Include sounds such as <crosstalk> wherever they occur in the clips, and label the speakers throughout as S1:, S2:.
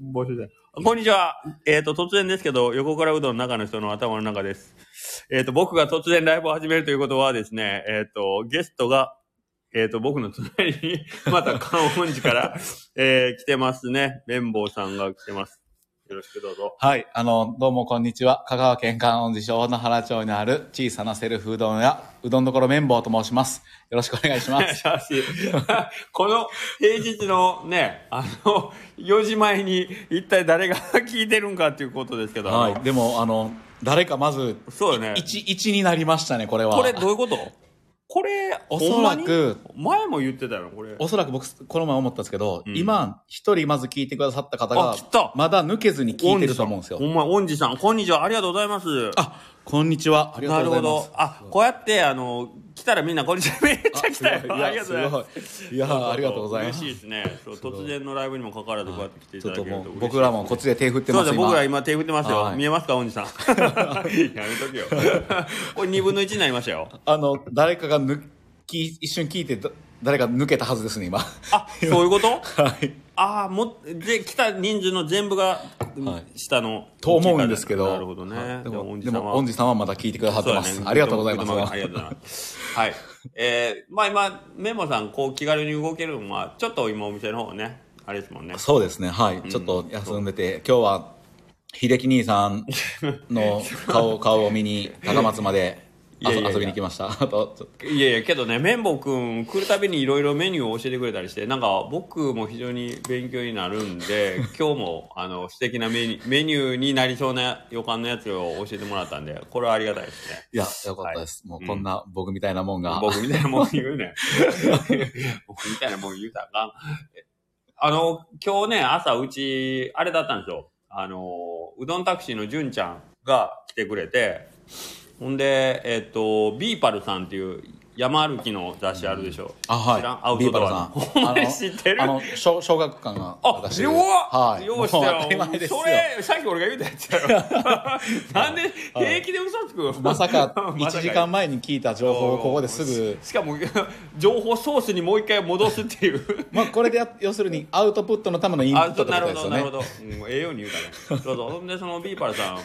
S1: 募集じゃない。
S2: こんにちは。えっ、と、突然ですけど、横からうどんの中の人の頭の中です。えっ、と、僕が突然ライブを始めるということはですね、えっ、と、ゲストが、えっ、と、僕の隣に、 <laughs> また関本寺から、えー来てますね。綿棒さんが来てます。よろしくどうぞ。
S3: はい。あの、どうもこんにちは。香川県観音寺市大野原町にある小さなセルフうどん屋、うどんどころ綿棒と申します。よろしくお願いしま
S2: <laughs>
S3: す。
S2: 写真この平日のね、あの、4時前に一体誰が <laughs> 聞いてるんかっていうことですけど、あ
S3: は
S2: の
S3: い。でも、あの、誰かまず、
S2: そうよね。
S3: 1、1になりましたね、これは。
S2: これどういうことこれ、
S3: おそらく
S2: ほんまに前も言ってたよ、これ。
S3: おそらく僕、この前思ったんですけど、
S2: うん
S3: 今、一人まず聞いてくださった方
S2: あ
S3: が
S2: 来た、
S3: まだ抜けずに聞いてると思うんですよ
S2: ほ。んま、恩師さん、こんにちは、ありがとうございます。
S3: あ、こんにちは。ありが
S2: な
S3: と
S2: る
S3: うござ
S2: ほ
S3: いま
S2: ど
S3: す。。
S2: あ、こうやって、あの、来たらみんなこんにちは、めっちゃ来たよ。あ
S3: あ
S2: りが
S3: いや
S2: とう
S3: すご
S2: ござ
S3: い
S2: います。
S3: いや、ありがとうございます。
S2: 嬉しいですね。そう
S3: ごい
S2: 突然のライブにもかかわらず、こうやって来てい
S3: ち
S2: た
S3: ょっ
S2: だけ
S3: と
S2: ると
S3: も
S2: 嬉し
S3: う、
S2: い
S3: 僕らもこっちで手振って
S2: そ
S3: ま、
S2: うですす
S3: 今。
S2: 僕ら今手振ってますよ、
S3: はい
S2: 見えますかお
S3: <laughs>
S2: じさんやめとけよこれ2分の1になりましたよ
S3: あの、誰かが抜き、一瞬聞いて、だ誰か抜けたはずですね、今。 <laughs>
S2: あそういうこと
S3: はい。
S2: ああもで来た人数の全部が、
S3: は
S2: 下の
S3: と思うんですけど。
S2: なるほどね、
S3: はいで
S2: じゃあ
S3: も、
S2: 恩師
S3: で
S2: 様
S3: も、恩師さんはまだ聞いてくださってま
S2: そう
S3: す。
S2: だね
S3: ありがとうございま
S2: あり
S3: す。
S2: がとうございます。はい。えー、まあ今、メモさん、こう気軽に動けるのは、ちょっと今お店の方ね、あれですもんね。
S3: そうですね、はい。ちょっと休んでて、今日は、秀樹兄さんの顔、顔を見に、高松まで遊
S2: <laughs> いやいやいや
S3: 遊びに来ました。 <laughs> あと、ちょっと
S2: いやいや、けどね、綿棒くん来るたびにいろいろメニューを教えてくれたりして、なんか僕も非常に勉強になるん
S3: <laughs>
S2: で、今日も、あの、素敵なメニュー、メニューになりそうな予感のやつを教えてもらったんで、これはありがたいですね。
S3: いや、よかったです。もう、こんな僕みたいなもんが。
S2: 僕みたいなもん言
S3: <laughs>
S2: うね。僕みたいなもん言うたらあかん。あの、今日ね、朝うち、あれだったんですよ。あの、うどんタクシーの純ちゃんが来てくれて、ほんで、えっ、と、ビーパルさんっていう山歩きの雑誌あるでしょ。
S3: あ、
S2: 知らんア
S3: は
S2: ウ
S3: い。ビ
S2: ト
S3: ーバ
S2: ド
S3: ル
S2: ア
S3: さ
S2: の
S3: ん。
S2: ほん <laughs> まに知ってる
S3: あの、あの小小学館が
S2: あ、
S3: 私
S2: よ
S3: はい。
S2: ようした
S3: もう当たり前ですよ
S2: そ。れ、さっき俺が言うたやつ
S3: <laughs>
S2: やろ。なんで、平気で嘘つく
S3: まさか
S2: <laughs> まさ
S3: 1時間前に聞いた情報をここですぐ、
S2: しかも情報ソースにもう一回戻すっていう
S3: <laughs> まあ、これでや要するにアウトプットのためのインプ
S2: あ
S3: ット
S2: そ
S3: っ
S2: う
S3: て
S2: な
S3: こと
S2: るほ
S3: です
S2: ど
S3: よ
S2: な
S3: ね
S2: るほ。ど、うん、栄養に言うたねそうそうほんでそのビーパルさん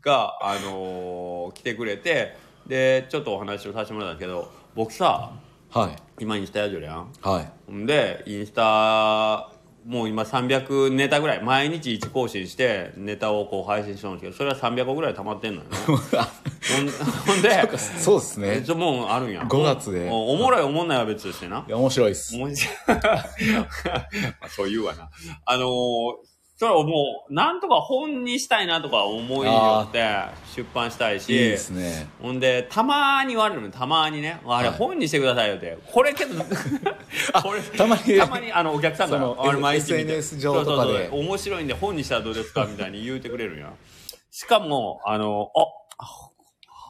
S2: が、あのー来てくれてでちょっとお話をさせてもらったんですけど僕さ
S3: はい。
S2: 今インスタやじょるやん
S3: はい。
S2: ほんでインスタもう今300ネタぐらい毎日1更新してネタをこう配信してるんですけどそれは300個ぐらい溜まってんのよねほん <laughs> ほんで
S3: <laughs> そうです
S2: えっ
S3: ね。
S2: ともうあるんや
S3: 5月で
S2: おおもろいおもんないは別としてない
S3: や、面白いです。
S2: 面白い。 <laughs> まあそう言うわな。あのーそれはもう、なんとか本にしたいなとか思いによって出版したい
S3: い
S2: し、
S3: いですね。
S2: ほんで、たまーに言われるの、たまーにね、あれ
S3: はい
S2: 本にしてくださいよって。これけど、これ、
S3: たまに
S2: たまにあのお客さんか
S3: そ
S2: ら
S3: の、
S2: あれ毎日見て
S3: SNS 上とかで
S2: そうそうそう面白いんで本にしたらどうですかみたいに言うてくれるんや。しかも、あの、あ、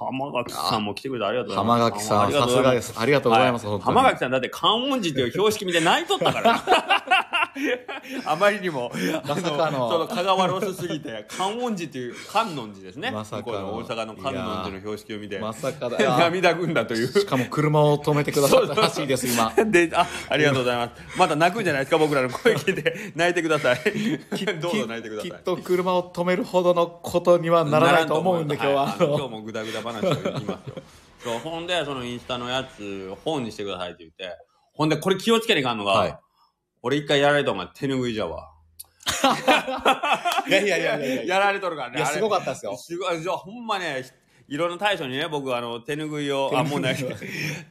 S2: 浜垣さんも来てくれてありがとうございます
S3: 浜。垣さ
S2: あ
S3: ん、
S2: りがと
S3: さ
S2: うござ
S3: す
S2: いま
S3: がです。ありがとうございます、
S2: はい
S3: 本当に
S2: 浜垣さんだって観音寺という標識見て泣いとったから。 <laughs> あまりにも、
S3: まさかの
S2: その香川ロスすぎて、観音寺という観音寺ですね。
S3: まさか
S2: 向こう
S3: の
S2: の大阪の観音寺の標識を見て、
S3: まさかだ。
S2: <laughs>
S3: あ
S2: 涙ぐんだという。
S3: しかも車を止めてくださったらしいです、今。
S2: で、あ、ありがとうございます。また泣くんじゃないですか、僕らの声聞いて、泣いてください。どうぞ泣いてくださ
S3: き
S2: い。
S3: っと車を止めるほどのことにはならないと思うんで、今日は。あ
S2: いあの今
S3: の
S2: 日もグダグダ話を言い
S3: <laughs>
S2: ますよそうほんでそのインスタのやつ本にしてくださいって言ってほんでこれ気をつけにいかんのが、
S3: はい
S2: 俺一回やられたんが手拭いじゃわ
S3: いやいやいやいやいや。
S2: やられとるからね
S3: いや
S2: あれ
S3: すごかったっすよ
S2: すごいじゃあほんまねいろんな大将にね僕あの手拭いをあもうない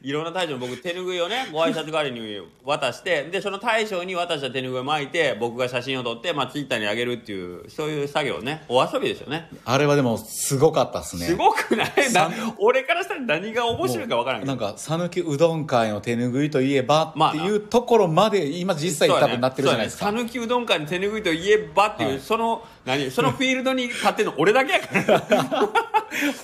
S2: いろんな大将に僕手拭いをねご挨拶代わりに渡してでその大将に渡した手拭いを巻いて僕が写真を撮って、まあ、ツイッターにあげるっていうそういう作業ねお遊びですよね
S3: あれはでも、すごかったですね。
S2: すごくないな
S3: さ
S2: 俺からしたら何が面白いか分からんけど
S3: なんか讃岐うどん会の手拭いといえば
S2: まあ
S3: って
S2: な
S3: いうところまで今実際多分なってるじゃないですか、
S2: そうやね讃岐うどん館に手拭いといえばっていう、
S3: はい
S2: その何そのフィールドに立ってるの俺だけやから
S3: <laughs>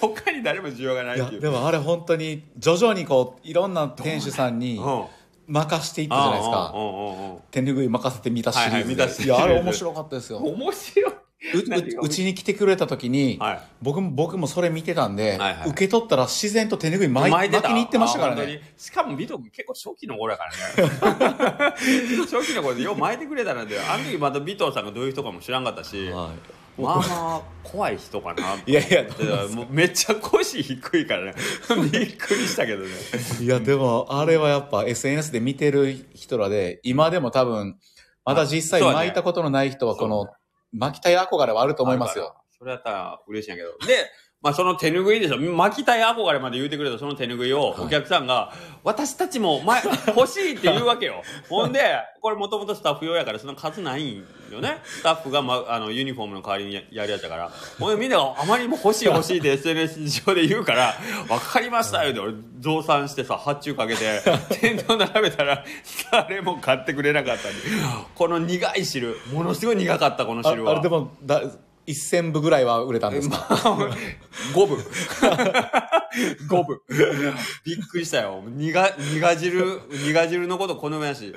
S2: 他に誰も需要がないって
S3: い
S2: い
S3: や
S2: う
S3: でもあれ本当に徐々にこういろんな店主さんに
S2: うん
S3: 任していったじゃないですか
S2: うんうんうんうん
S3: 手拭い任せてみたシリーズで、
S2: はいはい見たシリーズ
S3: いやあれ面白かったですよ
S2: 面白い
S3: う
S2: <laughs> 何が
S3: ううちに来てくれた時に、
S2: はい。
S3: 僕も僕もそれ見てたん
S2: は
S3: で、
S2: いはい
S3: 受け取ったら自然と手拭い巻い巻きに行ってましたから
S2: あ本当
S3: ね
S2: にしかも、ビト君結構初期の頃やからね。 <laughs> 初期の頃でよう巻いてくれたので、あの時またビトさんがどういう人かも知らんかったし、ま
S3: は
S2: あ
S3: い
S2: まあ、怖い人かなって
S3: いやいやどう
S2: だからもうめっちゃ腰低いからねびっくりしたけどね
S3: いやでもあれはやっぱ SNS で見てる人らで今でも多分まだ実際
S2: そうね
S3: 巻いたことのない人はこ
S2: そう
S3: の巻きたい憧れはあると思います
S2: ある
S3: よ。
S2: からそれやったら嬉しいんやけどでまあその手拭いでしょ巻きたい憧れまで言うてくれたその手拭いを
S3: はい
S2: お客さんが、私たちも前 <laughs> 欲しいって言うわけよ <laughs> ほんでこれもともとスタッフ用やからその数ないんよねスタッフが、ま、あのユニフォームの代わりにややるやつやからほんでみんながあまりにも欲しい欲しいって SNS 上で言うから分かりましたよって俺増産してさ発注かけて <laughs> 店頭並べたら誰も買ってくれなかったりこの苦い汁ものすごい苦かったこの
S3: ああ
S2: 汁は
S3: れでもだ1000部ぐらいは売れたんですか、
S2: 五分。 <laughs> 五分。びっくりしたよ。苦、苦汁、苦汁のこと好みやし。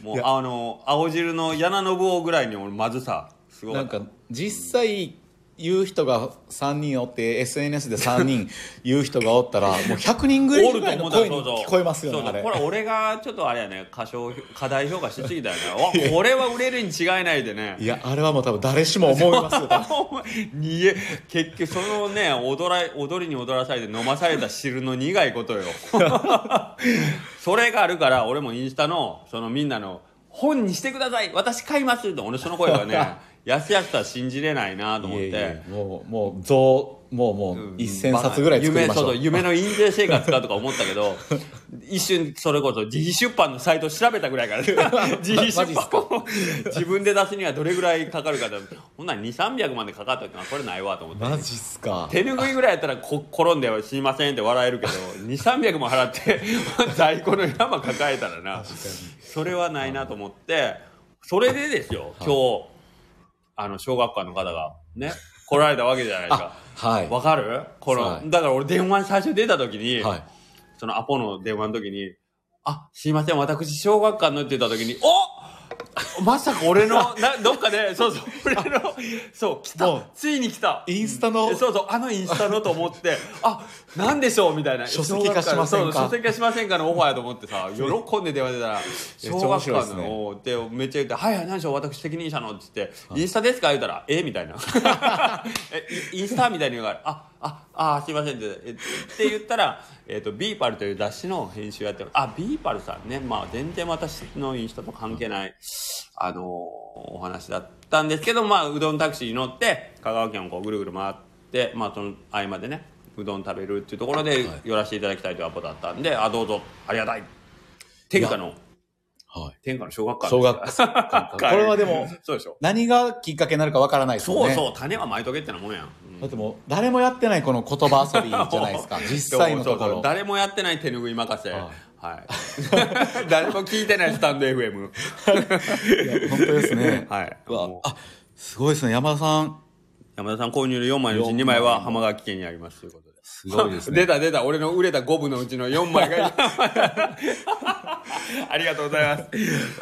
S2: も、
S3: いうや
S2: あの、青汁の柳信夫ぐらいに俺、まずさ、すごか
S3: <laughs> な
S2: っ
S3: ん
S2: た。
S3: か実際言う人が3人おって SNS で3人言う人がおっ
S2: <laughs>
S3: たらもう100人ぐ
S2: お
S3: らいの
S2: んだ
S3: 声に聞こえますよ
S2: そうそ
S3: ねあ
S2: う
S3: れ
S2: これ俺がちょっとあれやね過小課題評価しすぎたよ
S3: <laughs>
S2: ねおこれは売れるに違いないでね
S3: いやあれはもう多分誰しも思います
S2: <laughs>
S3: よ
S2: お前逃げ結局そのね踊ら踊りに踊らされて飲まされた汁の苦いことよ <laughs> それがあるから俺もインスタのそのみんなの「本にしてください私買います」って俺その声が
S3: <laughs>
S2: ねやすやすとは信じれないなと思って。
S3: いえいえもうもう増もうもう1000冊ぐらい作りましょ
S2: 夢そうそ
S3: う
S2: う夢の印税生活かとか思ったけど <laughs> 一瞬それこそ自費出版のサイト調べたぐらい
S3: <laughs>
S2: からね自費
S3: マジ
S2: 出
S3: っす
S2: 版を自分で出すにはどれぐらいかかるかだほんなら2300までかかったからこれないわと思って
S3: マジっすか
S2: 手拭いぐらいやったらこ転んでは死にませんって笑え
S3: <laughs>
S2: るけど2300も払って在庫の山抱えたらなそれはないなと思ってそれでですよ今日あの小学館の方がね来られたわけじゃないですか
S3: あ。はい
S2: わかるこの、
S3: はい
S2: だから俺電話最初出た時に、
S3: はい
S2: そのアポの電話の時に、あ、すいません、私小学館のって言った時に、おまさか俺
S3: <laughs>
S2: の、などっかで、そうそう、俺の、そう、来
S3: もう
S2: た、ついに来た。
S3: インスタの
S2: そうそう、あのインスタのと思
S3: <laughs>
S2: って、あ、なんでしょうみたいな。
S3: 書籍化しませんか
S2: そう書籍化しませんかのオファーやと思って
S3: <laughs>
S2: さ、喜んで電話出たら、
S3: ちゃ
S2: 小
S3: 面
S2: 学
S3: 白いです
S2: 館
S3: ね
S2: の、で、めっちゃ言って、はいはい、何でしょう、私責任者のって言って、インスタですか言うたら、えみたい
S3: <laughs>
S2: な。え、イインスタみたいに言うから、あ、あ、あ、すいませんって、えって言ったら、えっと、ビーパルという雑誌の編集やってる。あ、ビーパルさんね。まあ、全然私のインスタと関係ない、あのーお話だったんですけど、まあ、うどんタクシーに乗って、香川県をこうぐるぐる回って、まあ、その合間でね、うどん食べるっていうところで
S3: はい
S2: 寄らせていただきたいというアポだったんで、あ、どうぞ、ありがたい。天下の、
S3: はい
S2: 天下の小学館。
S3: 小学
S2: <laughs>
S3: 館これはでも、
S2: そうでしょ。
S3: 何がきっかけになるかわからないですよ
S2: そう
S3: ね
S2: そう、種はまいとけってなもんやん。うん
S3: だってもう誰もやってないこの言葉遊びじゃないです <laughs> か実際のと
S2: そ
S3: こ
S2: うそうそ
S3: ろ
S2: う誰もやってない手拭い任せ、
S3: はい
S2: はい、 <laughs> 誰も聞いてないスタンド
S3: <laughs>
S2: FM
S3: いや本当ですね
S2: はい、
S3: わ
S2: もう
S3: あすごいですね山田さん
S2: 山田さん購入の4枚のうち2枚は浜垣家にありますということです
S3: ごいですね
S2: <laughs> 出た出た俺の売れた5部のうちの4枚
S3: <laughs>
S2: がありがとうございます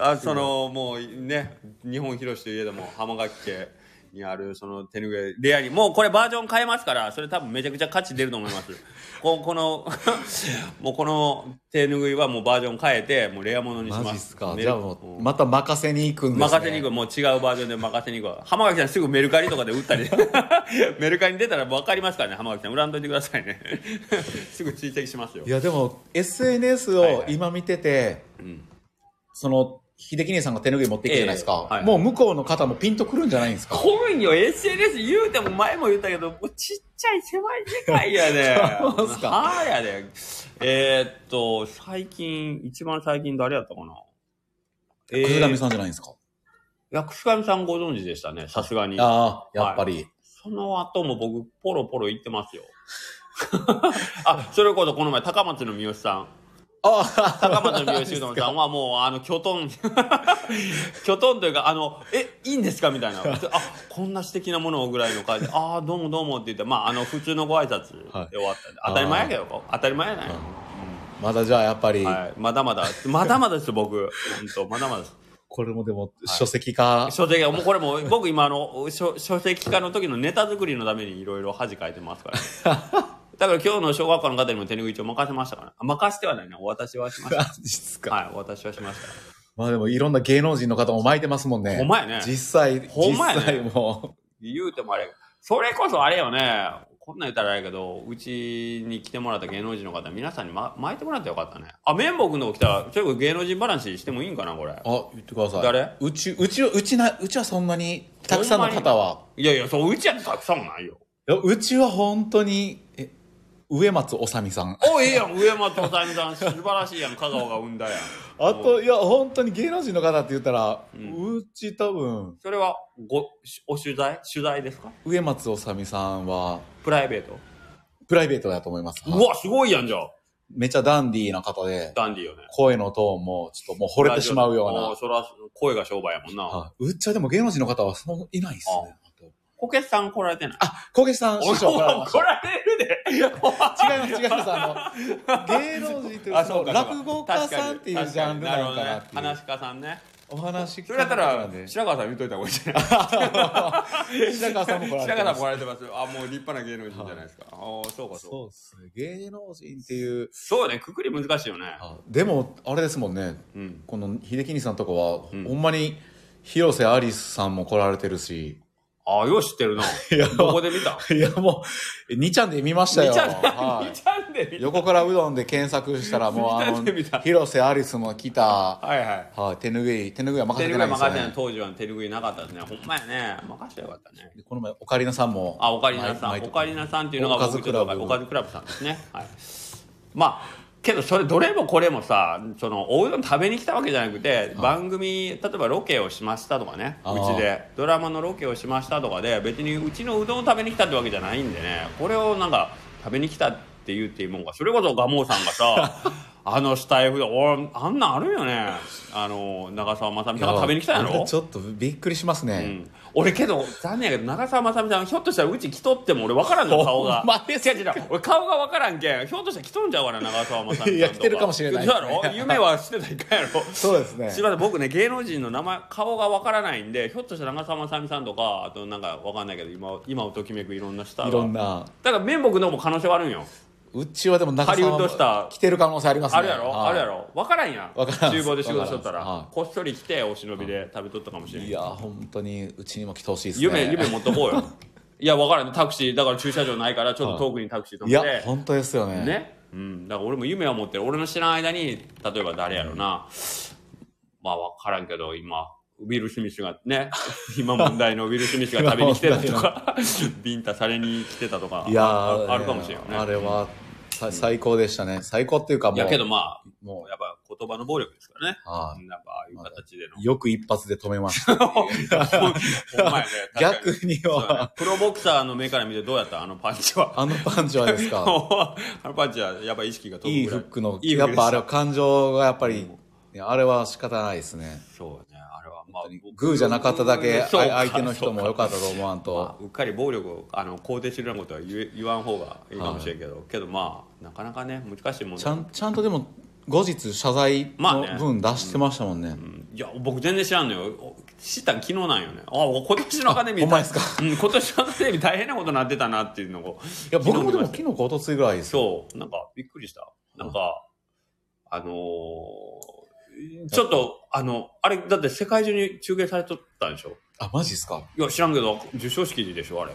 S2: あそのもうね日本広しといえども浜垣家にあるその手ぬぐいレアにもうこれバージョン変えますからそれ多分めちゃくちゃ価値出ると思い
S3: <laughs>
S2: ますここの <laughs> もうこの手ぬぐいはもうバージョン変えてもうレアものにします
S3: マジっすか
S2: メル
S3: じゃあもうまた任せに行くんですね
S2: 任せに行くもう違うバージョンで任せに行くわ浜垣さんすぐメルカリとかで売った
S3: <laughs>
S2: りメルカリに出たら分かりますからね浜垣さん売らんといてくださいねすぐ追跡しますよ
S3: いやでも SNS
S2: はい
S3: を
S2: はい
S3: 今見てて、
S2: うん
S3: その秀樹兄さんが手拭い持ってきてるじゃないですか、
S2: ええはい
S3: もう向こうの方もピンとくるんじゃないんですか
S2: 本よ SNS 言うても前も言ったけどもうちっちゃい狭い世界やで
S3: そうっすか
S2: はあやでえー、っと最近一番最近誰やったかなえ
S3: 藤
S2: ー、
S3: 上
S2: い
S3: さんじゃないんですか
S2: やくすがみさんご存知でしたねさすがに
S3: ああやっぱり、
S2: その後も僕、ポロポロ言ってますよ。 <laughs> あ、それこそこの前、高松の三好さん。
S3: あ
S2: 高松の三好うどんさんはもう、あの、きょと <laughs> ん、きょとんというか、あの、え、いいんですかみたいな。あ、こんな素敵なものをぐらいの感じで、ああ、どうもどうもって言って、まあ、あの、普通のご挨拶
S3: はい
S2: で終わったんで、当たり前やけど、当たり前やない、
S3: <laughs> あまだじゃあやっぱり、
S2: はい。まだまだ、まだまだです、僕。本当まだまだです。
S3: これもでも、書籍化。
S2: 書籍が、もうこれも、僕今あの、書書籍化の時のネタ作りのためにいろいろ恥かいてますから、ね。
S3: <laughs>
S2: だから今日の小学校の方にも手拭い一応任せましたから、ね、あ任せてはないね。お渡しはしまし
S3: <laughs> マジっす
S2: た。
S3: か。
S2: はい、お渡しはしました。
S3: まあでも、いろんな芸能人の方も巻いてますもんね。
S2: ほんまやね。
S3: 実際、
S2: ほんまや
S3: 実
S2: ね
S3: 際も
S2: 言うてもあれ、それこそあれよね、こんなん言ったらあれやけど、うちに来てもらった芸能人の方、皆さんに、ま、巻いてもらってよかったね。あ、綿棒くんのとこ来たら、ちょっと芸能人話してもいいんかな、これ。
S3: う。あ、言ってください。
S2: 誰
S3: うち、うちは、うちな、うちはそんなに、たくさんの方は。
S2: いやいや、そう、うちやってたくさんもないよ。
S3: いやうちは本当に、え、植松おさみさん。
S2: お、ええやん、上松おさみさん、 <laughs> 素晴らしいやん、香川が生んだやん。
S3: あと、いや、本当に芸能人の方って言ったら、うち多分、
S2: それは、ご、お取材取材ですか
S3: 植松おさみさんは、
S2: プライベート。
S3: プライベートだと思います。
S2: うわ、すごいやん、じゃあ。
S3: めちゃダンディーな方で、
S2: ダンディーよね。
S3: 声のトーンも、ちょっともう惚れてしまうよう
S2: も
S3: な
S2: そら、声が商売やもんな。。
S3: はいうっちゃでも芸能人の方はそのいないですね。あと
S2: こけしさん来られてない。
S3: あ、小池さん、師匠来られました
S2: 怒。られるで。
S3: 違います、違います。あの、芸能人というか、その
S2: <laughs>
S3: 落語家さんっていうジャンルなのかなっていう。
S2: 話し家さんね。
S3: お話聞
S2: それだったら
S3: くので、
S2: 白川さん見といた方がいいじゃない。白
S3: 白川さんも来られて
S2: 川さ
S3: ま
S2: ん
S3: す
S2: 来。られてます。あ、もう立派な芸能人じゃないですか。ああ、そうか、そうか。
S3: そうですね。芸能人っていう。
S2: そうね、くくり難しいよね。
S3: あでも、あれですもんね。
S2: うん。
S3: この秀樹兄さんとかは、
S2: うん
S3: ほんまに、広瀬アリスさんも来られてるし。
S2: ああ、よう知ってるな。
S3: いや、
S2: どこで見た
S3: <laughs> いやもう、2ちゃんで見ましたよ。
S2: 見ちゃん
S3: は
S2: 見
S3: い
S2: ちゃんで見
S3: 横からうどんで検索したら、もうあ
S2: 見
S3: <laughs>
S2: た見た見た
S3: の、広瀬アリスも来た、
S2: た。はいはい。
S3: はい、手拭い、手拭いは任
S2: 手
S3: せて
S2: 拭い
S3: な
S2: はい
S3: で
S2: 任せ
S3: すよ
S2: てない
S3: ね。
S2: 当時は手拭いなかったですね。ほんまやね。任せてよかったね。
S3: でこの前、オカリナさんも。
S2: あ、オカリナさ
S3: 毎
S2: ん。
S3: 毎
S2: オカリナさんっていうのが
S3: おかず
S2: 僕ち
S3: ク
S2: ょ
S3: ラ
S2: っと
S3: ブ
S2: おかずクラブさんですね。はい。まあ、けどそれどれもこれもさ、その、おうどん食べに来たわけじゃなくて、番組、例えばロケをしましたとかね、
S3: あ
S2: う
S3: ー
S2: ちで、ドラマのロケをしましたとかで、別にうちのうどんを食べに来たってわけじゃないんでね、これをなんか、食べに来たって言うっていうもんが、それこそ蒲生さんが
S3: <laughs>
S2: さ、あのスタイフで、おあんなんあるよね。あの、長澤まさみさんが食べに来たんや
S3: い
S2: ろ
S3: ちょっとびっくりします
S2: う
S3: ね。
S2: ん俺けど残念やけど長澤まさみさんひょっとしたらうち来とっても俺分からんの顔
S3: <laughs>
S2: が
S3: ほんまです
S2: 違う違う俺顔が分からんけんひょっとしたら来とんちゃうかな長澤まさみさんとか
S3: いや来てるかもしれない
S2: そうやろ夢はしてたいかんやろ
S3: そうですね
S2: すいません僕ね芸能人の名前顔が分からないんでひょっとしたら長澤まさみさんとかあとなんか分かんないけど今を今をときめくいろんなスター
S3: い
S2: が
S3: ろんな。
S2: だから面目のも可能性はあるんよ
S3: うちはでも中
S2: ハリウッドスター
S3: 来てる可能性ありますね。
S2: あるやろ、
S3: はい
S2: あるやろ分からんやん
S3: 分からん
S2: 厨房で仕事しとったら、
S3: 分からんはい
S2: こっそり来てお忍びで食べとったかもしれん
S3: いや、本当にうちにも来てほしいですね。
S2: 夢、夢持っとこう
S3: <laughs>
S2: よ。いや、わからん。タクシー、だから駐車場ないから、ちょっと遠くにタクシー止
S3: い
S2: め
S3: や、
S2: て。
S3: 本当ですよね。
S2: ね。うん。だから俺も夢は持ってる。俺の知らん間に、例えば誰やろな。まあ、わからんけど、今、ウィル・スミスが
S3: <laughs>
S2: ね、今問題のウィル・スミスが食べに来てたとか、ビンタされに来てたとか、
S3: いや
S2: あ
S3: ー
S2: あるかもしれんよね。
S3: あれは、さ最高でしたね。最高っていうかも、
S2: いうやけどまあ、
S3: も
S2: やっぱ言葉の暴力ですからね。
S3: う、は
S2: やっぱああいう形での
S3: <laughs> い。よく一発で止めま
S2: <laughs>
S3: した。
S2: ほんまやね。確か
S3: 逆
S2: に
S3: に
S2: そうやね
S3: は、
S2: プロボクサーの目から見てどうやったあのパンチは。
S3: あのパンチはですか、
S2: あのパンチはやっぱ意識が飛
S3: いい
S2: ぶぐ
S3: フ
S2: らい
S3: ックの、
S2: いいフッ
S3: や
S2: クで
S3: っ
S2: す
S3: ぱあれは感情がやっぱり、いやあれは仕方ないですね。
S2: そうねあれはまあ
S3: グーじゃなかっただけ、あ
S2: そう
S3: 相手の人も
S2: そう
S3: 良かったと思わんと。
S2: まあうっかり暴力をあの肯定するようなことは言え言わん方がいいかもしれんけど、けどまあなかなかね難しいもん
S3: ちゃん、ちゃんとでも、後日謝罪
S2: まあね
S3: の分出してましたもんね。
S2: うんいや僕全然知らんのよお知ったん昨日なんよねあ今年のアカデミー
S3: ほんまですか
S2: うん、今年のアカデミー大変なことになってたなっていうのを
S3: いや、僕もでも
S2: 昨
S3: 昨日か一昨日ぐらいですよ。
S2: そう、なんかびっくりした。なんか、あのーちょっと、あの、あれ、だって世界中に中継されとったんでしょ
S3: あ、マジですか
S2: いや、知らんけど、授賞式でしょ、あれ。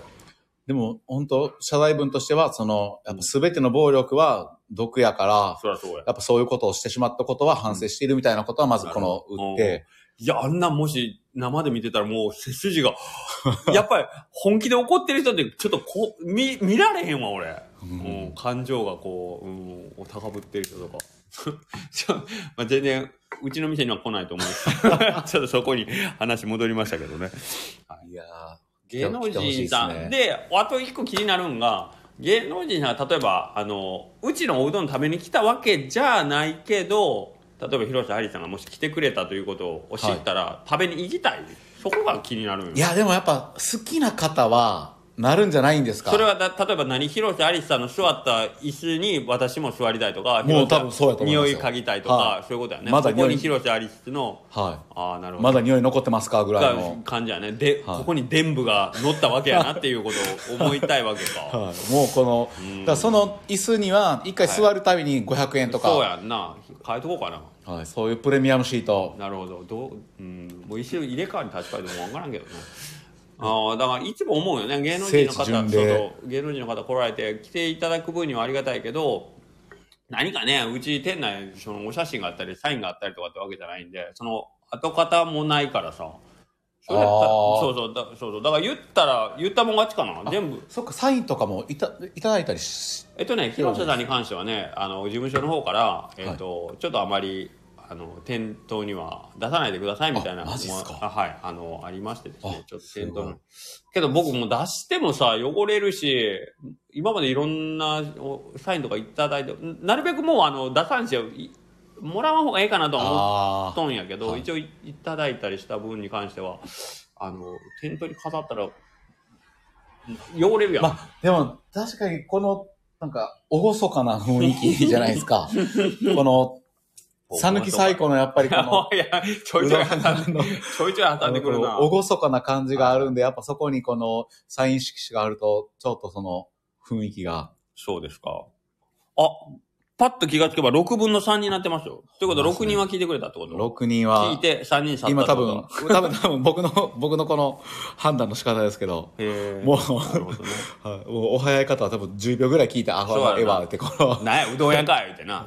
S3: でも、本当謝罪文としては、その、やっぱ全ての暴力は毒やから、
S2: そりゃそうや。
S3: やっぱそういうことをしてしまったことは反省しているみたいなことは、まずこの、打って、
S2: いや、あんなもし生で見てたらもう背筋が、 <laughs> やっぱり本気で怒ってる人ってちょっとこう、見、見られへんわ、俺。
S3: うん
S2: うん感情がこう、うん、お高ぶってる人とか。 <laughs> ちょまあ、全然、うちの店には来ないと思う。 <laughs> ちょっとそこに話戻りましたけどね。
S3: いやー
S2: 芸能人さん
S3: 来てほしいですね
S2: であと一個気になるんが芸能人さんが例えばあのうちのおうどん食べに来たわけじゃないけど例えば広瀬アリスさんがもし来てくれたということを知ったら、食べに行きたいそこが気になるんよ
S3: いや、でもやっぱ好きな方は、なるんじゃないんですか
S2: それはだ例えば何広瀬アリスさんの座った椅子に私も座りたいとか
S3: もう多分そうやと思いますよ
S2: 匂い嗅ぎたいとか、
S3: はい
S2: そういうことやね
S3: まだ
S2: ここ
S3: 匂い
S2: に広瀬アリスの
S3: は
S2: ああなる
S3: い。
S2: ほど
S3: まだ匂い残ってますかぐらいの。
S2: 感じやねで、
S3: はい
S2: ここに伝部が乗ったわけやなっていうことを思いたいわけ
S3: <laughs>
S2: か、
S3: はい、もうこの、だからその椅子には一回座るたびに500円とか、
S2: そう
S3: はい
S2: やんな変えとこうかな
S3: そういうプレミアムシート
S2: なるほどどう、うん、もう一瞬入れ替わり立ち替えても分からんけどねああだからいつも思うよね芸能人の方
S3: 聖地巡礼
S2: そう芸能人の方来られて来ていただく分にはありがたいけど何かねうち店内そのお写真があったりサインがあったりとかってわけじゃないんでその跡形もないからさそれやったら
S3: あー
S2: そうそうだそうそうだから言ったら言ったもん勝ちかな全部
S3: そっかサインとかもいたいただいたりし
S2: えっとね、広瀬さんに関してはね、あの事務所の方から、えっと、ちょっとあまり。あの店頭には出さないでくださいみたいな
S3: あマジっすか
S2: あはいあのありましてですね
S3: あ
S2: ちょっと店頭
S3: すごい
S2: のけど僕もう出してもさ汚れるし今までいろんなおサインとかいただいてなるべくもうあの出さんしよいもらわん方がいいかなとは思って
S3: あ
S2: とんやけど、
S3: はい
S2: 一応いいただいたりした分に関してはあの店頭に飾ったら汚れるやん、
S3: まあでも確かにこのなんか厳かな雰囲気じゃないですか
S2: <laughs>
S3: この讃岐最高のやっぱりこ
S2: <laughs>
S3: の
S2: いやちょいちょい挟んで
S3: うどんの
S2: ちょいちょい挟んでくるな。
S3: おごそかな感じがあるんで、やっぱそこにこのサイン色紙があると、ちょっとその雰囲気が。
S2: そうですか。あ、パッと気がつけば6分の3になってますよ。ということは6人は聞いてくれたってこと
S3: 6
S2: 聞い
S3: 人は、
S2: て3人去ったって
S3: 今
S2: こと
S3: 多分、多分多分僕の、僕のこの判断の仕方ですけど、
S2: へー
S3: もう
S2: なるほどね。
S3: はいもうお早い方は多分10秒ぐらい聞いて、あ、
S2: そうやな
S3: ええわってこの、
S2: なんや、うどん屋か言って <laughs> な。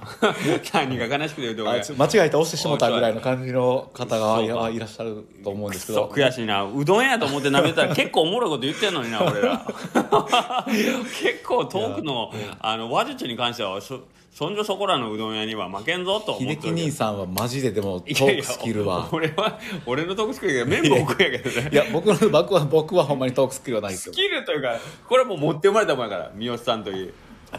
S2: 何が悲しくてうどん
S3: あ
S2: 屋。
S3: ち間違えて押してしまったぐらいの感じの方がい
S2: そうか
S3: いらっしゃると思うんですけ
S2: そう
S3: ど、
S2: 悔しいなうどん屋と思って舐めてたら結構おもろいこと言ってんのにな俺 <laughs> ら結構トークのあの話術に関してはそそんじょそこらのうどん屋には負けんぞと思って
S3: 秀
S2: る
S3: 樹兄さんはマジででもト
S2: いやい
S3: ー
S2: や
S3: クスキルは、
S2: 俺は俺のトークスキルがメンバー奥やけどね
S3: いや、僕の、僕は、僕はほんまにトークスキルはないです
S2: ス
S3: よ。
S2: キルというかこれもう持って生まれたもんやから三好さんといい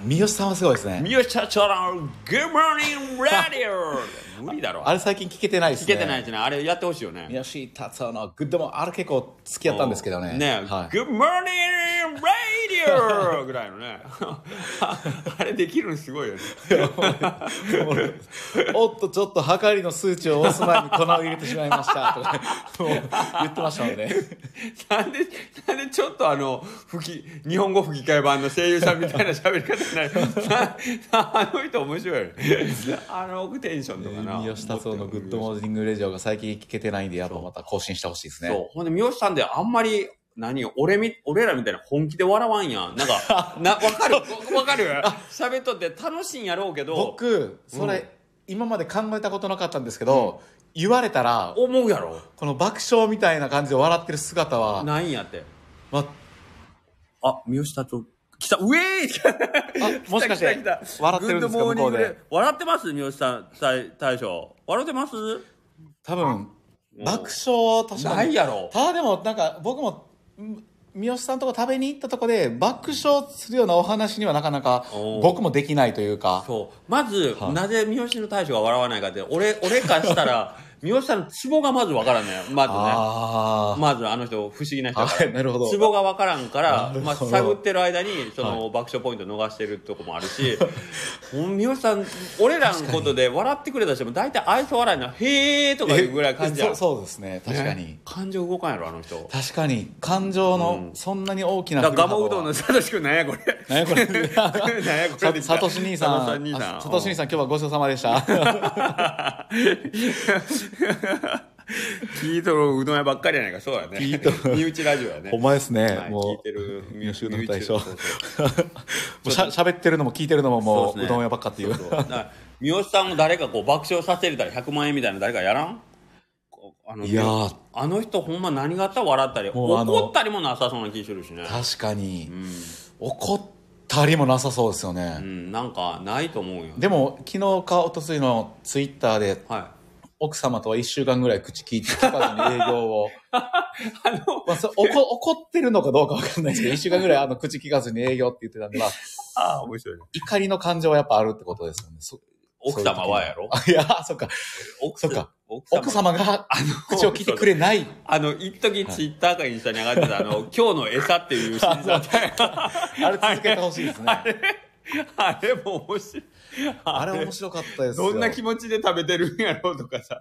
S3: 三好さんはすごいですね。
S2: 三好社長の「Good Morning Radio」無理だろ
S3: あれ最近聞けてないです
S2: 聞
S3: ね。
S2: けてないしなあれやってほしいよね
S3: 三好達夫のグッドもあれ結構好きやったんですけどね。
S2: ね、
S3: は
S2: Good morning radio! ぐらいのね。 <laughs> あれできるのすごいよね。
S3: い、おっとちょっとはかりの数値を押す前に粉を入れてしまいましたとかもう言ってましたので、
S2: <laughs> なんで、なんでちょっとあの、吹き、日本語吹き替え版の声優さんみたいな喋り方になる。 <laughs> なあの人面白いよね。あのテンションとかな。
S3: 三好達夫のグッドモーニングレジオが最近聞けてないんでやっぱまた更新してほしいですね。
S2: そう。ほんで、三好さんであんまり、何俺み、俺らみたいな本気で笑わんやん。なん
S3: <laughs>
S2: か、な、わかるわかる喋っとって楽しいんやろうけど、
S3: 僕それ、今まで考えたことなかったんですけど、言われたら
S2: 思うやろ
S3: この爆笑みたいな感じで笑ってる姿は、
S2: ないんやって。
S3: まあ
S2: あ、三好達夫。来た、ウェーイ
S3: あもしかし
S2: 来
S3: て
S2: た来た
S3: 笑ってるんですか
S2: グッドモー
S3: 向こう
S2: ニング
S3: で。
S2: 笑ってます三好さん、大大将。笑ってます
S3: 多分爆笑は確かに
S2: ないやろ
S3: ただでもなんか僕もん三好さんとこ食べに行ったとこで爆笑するようなお話にはなかなか
S2: おー
S3: 僕もできないというか
S2: そう。まず、
S3: はい
S2: なぜ三好の大将が笑わないかって、俺、俺からした
S3: <laughs>
S2: ら、三好さんのツボがまずわからんね。まずね。
S3: あ
S2: まずあの人、不思議な人やから。
S3: <laughs> あなるほど
S2: ツボがわからんから
S3: なる、
S2: まあ、
S3: ほど
S2: 探ってる間にその爆笑ポイント逃してるとこもある
S3: <laughs>
S2: し、もう三好さん俺らのことで笑ってくれた人も大体愛想笑いな「へーとかいうぐらい感じやん
S3: そうそうですね確かに、
S2: ね感情動かんやろあの人
S3: 確かに感情
S2: う
S3: のそんなに大きな
S2: だからガ
S3: 振
S2: モ
S3: り
S2: うどんの
S3: 幅は
S2: サトシ君なんやこれ
S3: <laughs> 何やこ
S2: <laughs>
S3: れ
S2: 何やこれ
S3: ささとし兄さん
S2: さとし兄さん
S3: あさとし兄さん今日はごちそうさまでした <laughs>
S2: 聞いとるうどん屋ばっかりやないかそうやね
S3: 聞いとる
S2: 身内ラジオやね
S3: ほんまですね、
S2: はい聞い
S3: も
S2: てる
S3: う三好うどん大
S2: 身
S3: 将も
S2: 内そう
S3: うしゃ喋ってるのも聞いてるのもも
S2: そう
S3: う
S2: ですね
S3: うどん屋ばっかっていう
S2: そうだから三好さんを誰かこう爆笑させれたら100万円みたいな誰かやらんこうあの
S3: いやー
S2: あの人ほんま何があったら笑ったり
S3: もうあの
S2: 怒ったりもなさそうな気するしね
S3: 確かに、
S2: うん、
S3: 怒ったりもなさそうですよ
S2: う
S3: ね、
S2: ん、なんかないと思うよ
S3: でも昨日かおとついのツイッターで
S2: は
S3: 奥様とは1週間ぐらい口聞いて聞かずに営
S2: <laughs>
S3: 業を
S2: いあの
S3: まあそ怒怒ってるのかどうかわかんないですけど1週間ぐらいあの口聞かずに営業って言ってたんで、まあ、
S2: ああ面白いね
S3: 怒りの感情はやっぱあるってことですよねそ
S2: 奥様はやろ
S3: いや、そっか。
S2: 奥
S3: そ
S2: さ
S3: っか。
S2: 奥
S3: 奥様が口を聞いてくれない。
S2: あの、一時ツイッターかインスタに上がってた、あの、今日の餌っていう新座で
S3: <laughs> あれ続けてほしいですね。あれ
S2: あれも面白い。
S3: 面白かったですよ。
S2: どんな気持ちで食べてるんやろうとか <laughs> さ。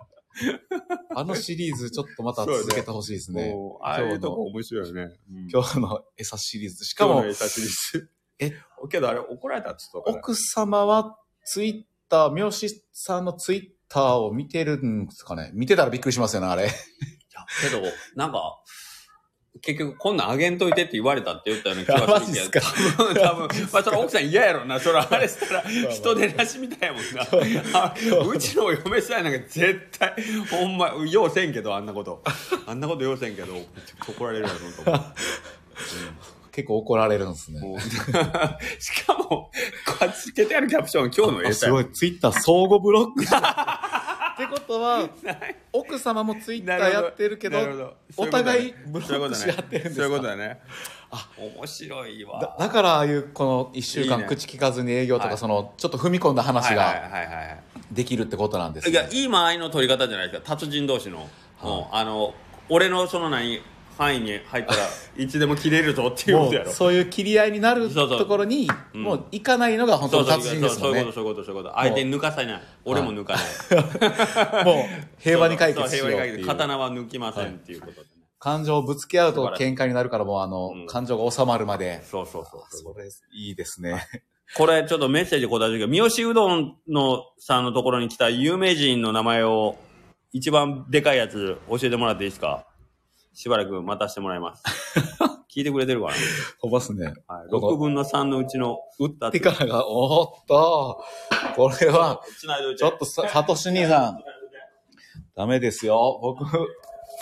S3: あのシリーズちょっとまた続けてほしいですね。
S2: もうああいうとこ面白いよね。うん
S3: 今日の餌シリーズ。しか
S2: 今日
S3: も
S2: の、餌シリーズ。
S3: え
S2: <laughs> けどあれ怒られたっつったから。
S3: 奥様はツイッター、三好さんのツイッターを見てるんですかね見てたらびっくりしますよね、あれ。 <laughs>
S2: けど、なんか、結局、こんなんあげんといてって言われたって言ったような気がするけど。 <laughs>
S3: マ
S2: 多分、多分、まあ、それ奥さん嫌やろな。それあれしたら、人でなしみたいやもんな。あうちのお嫁さんなんか絶対、ほんま、ようせんけど、あんなこと。あんなことようせんけど、めっちゃ怒られるやろうと思って
S3: 結構怒られるんですね。
S2: もう <laughs> しかも、こうつけてあるキャプション、今日の
S3: あ
S2: 餌
S3: すごい、ツイッター相互ブロ
S2: <laughs>
S3: ックしてるってことは、奥様もツイッターやってるけど、
S2: なほ
S3: お互いブロックし合ってるんですか
S2: そういうことだね。そういうことだね面白いわ。
S3: だだからああいうこの1週
S2: いい
S3: 間
S2: ね
S3: 口聞かずに営業と
S2: はい
S3: かそのちょっと踏み込んだ話
S2: はい
S3: が
S2: はいはいはい。
S3: できるってことなんです
S2: いや
S3: ね、
S2: いい間合いの取り方じゃないですか達人同士の、うんあの俺のその何範囲に入ったら <laughs> いつでも切れるぞっていうこ
S3: も
S2: とやろ
S3: うそういう切り合いになる
S2: そうそう
S3: ところに
S2: ん
S3: もう行かないのが本当の達人です
S2: そう
S3: も
S2: んそう
S3: ね
S2: そうそういうことそういうことそういうこと相手に抜かさない俺も抜かない
S3: もう平和に解決
S2: そう
S3: し
S2: 平
S3: よ
S2: 和
S3: うっ
S2: に解
S3: て
S2: 決
S3: いう
S2: 刀は抜きませんっていうことでね、
S3: 感情をぶつけ合うと喧嘩になるからもうあの
S2: うん
S3: 感情が収まるまで
S2: そうそうそうそういうこと
S3: それいいですね
S2: これちょっとメッセージ答えてるけど三好うどんのさんのところに来た有名人の名前を一番でかいやつ教えてもらっていいですかしばらく待たせてもらい <laughs> ます聞いてくれてるかな
S3: 飛ばすね
S2: はい、6分の3のうちの打った
S3: ティカラがおーっとこれは
S2: つないでおいて
S3: ちょっとさサトシ兄さんダメですよ。僕、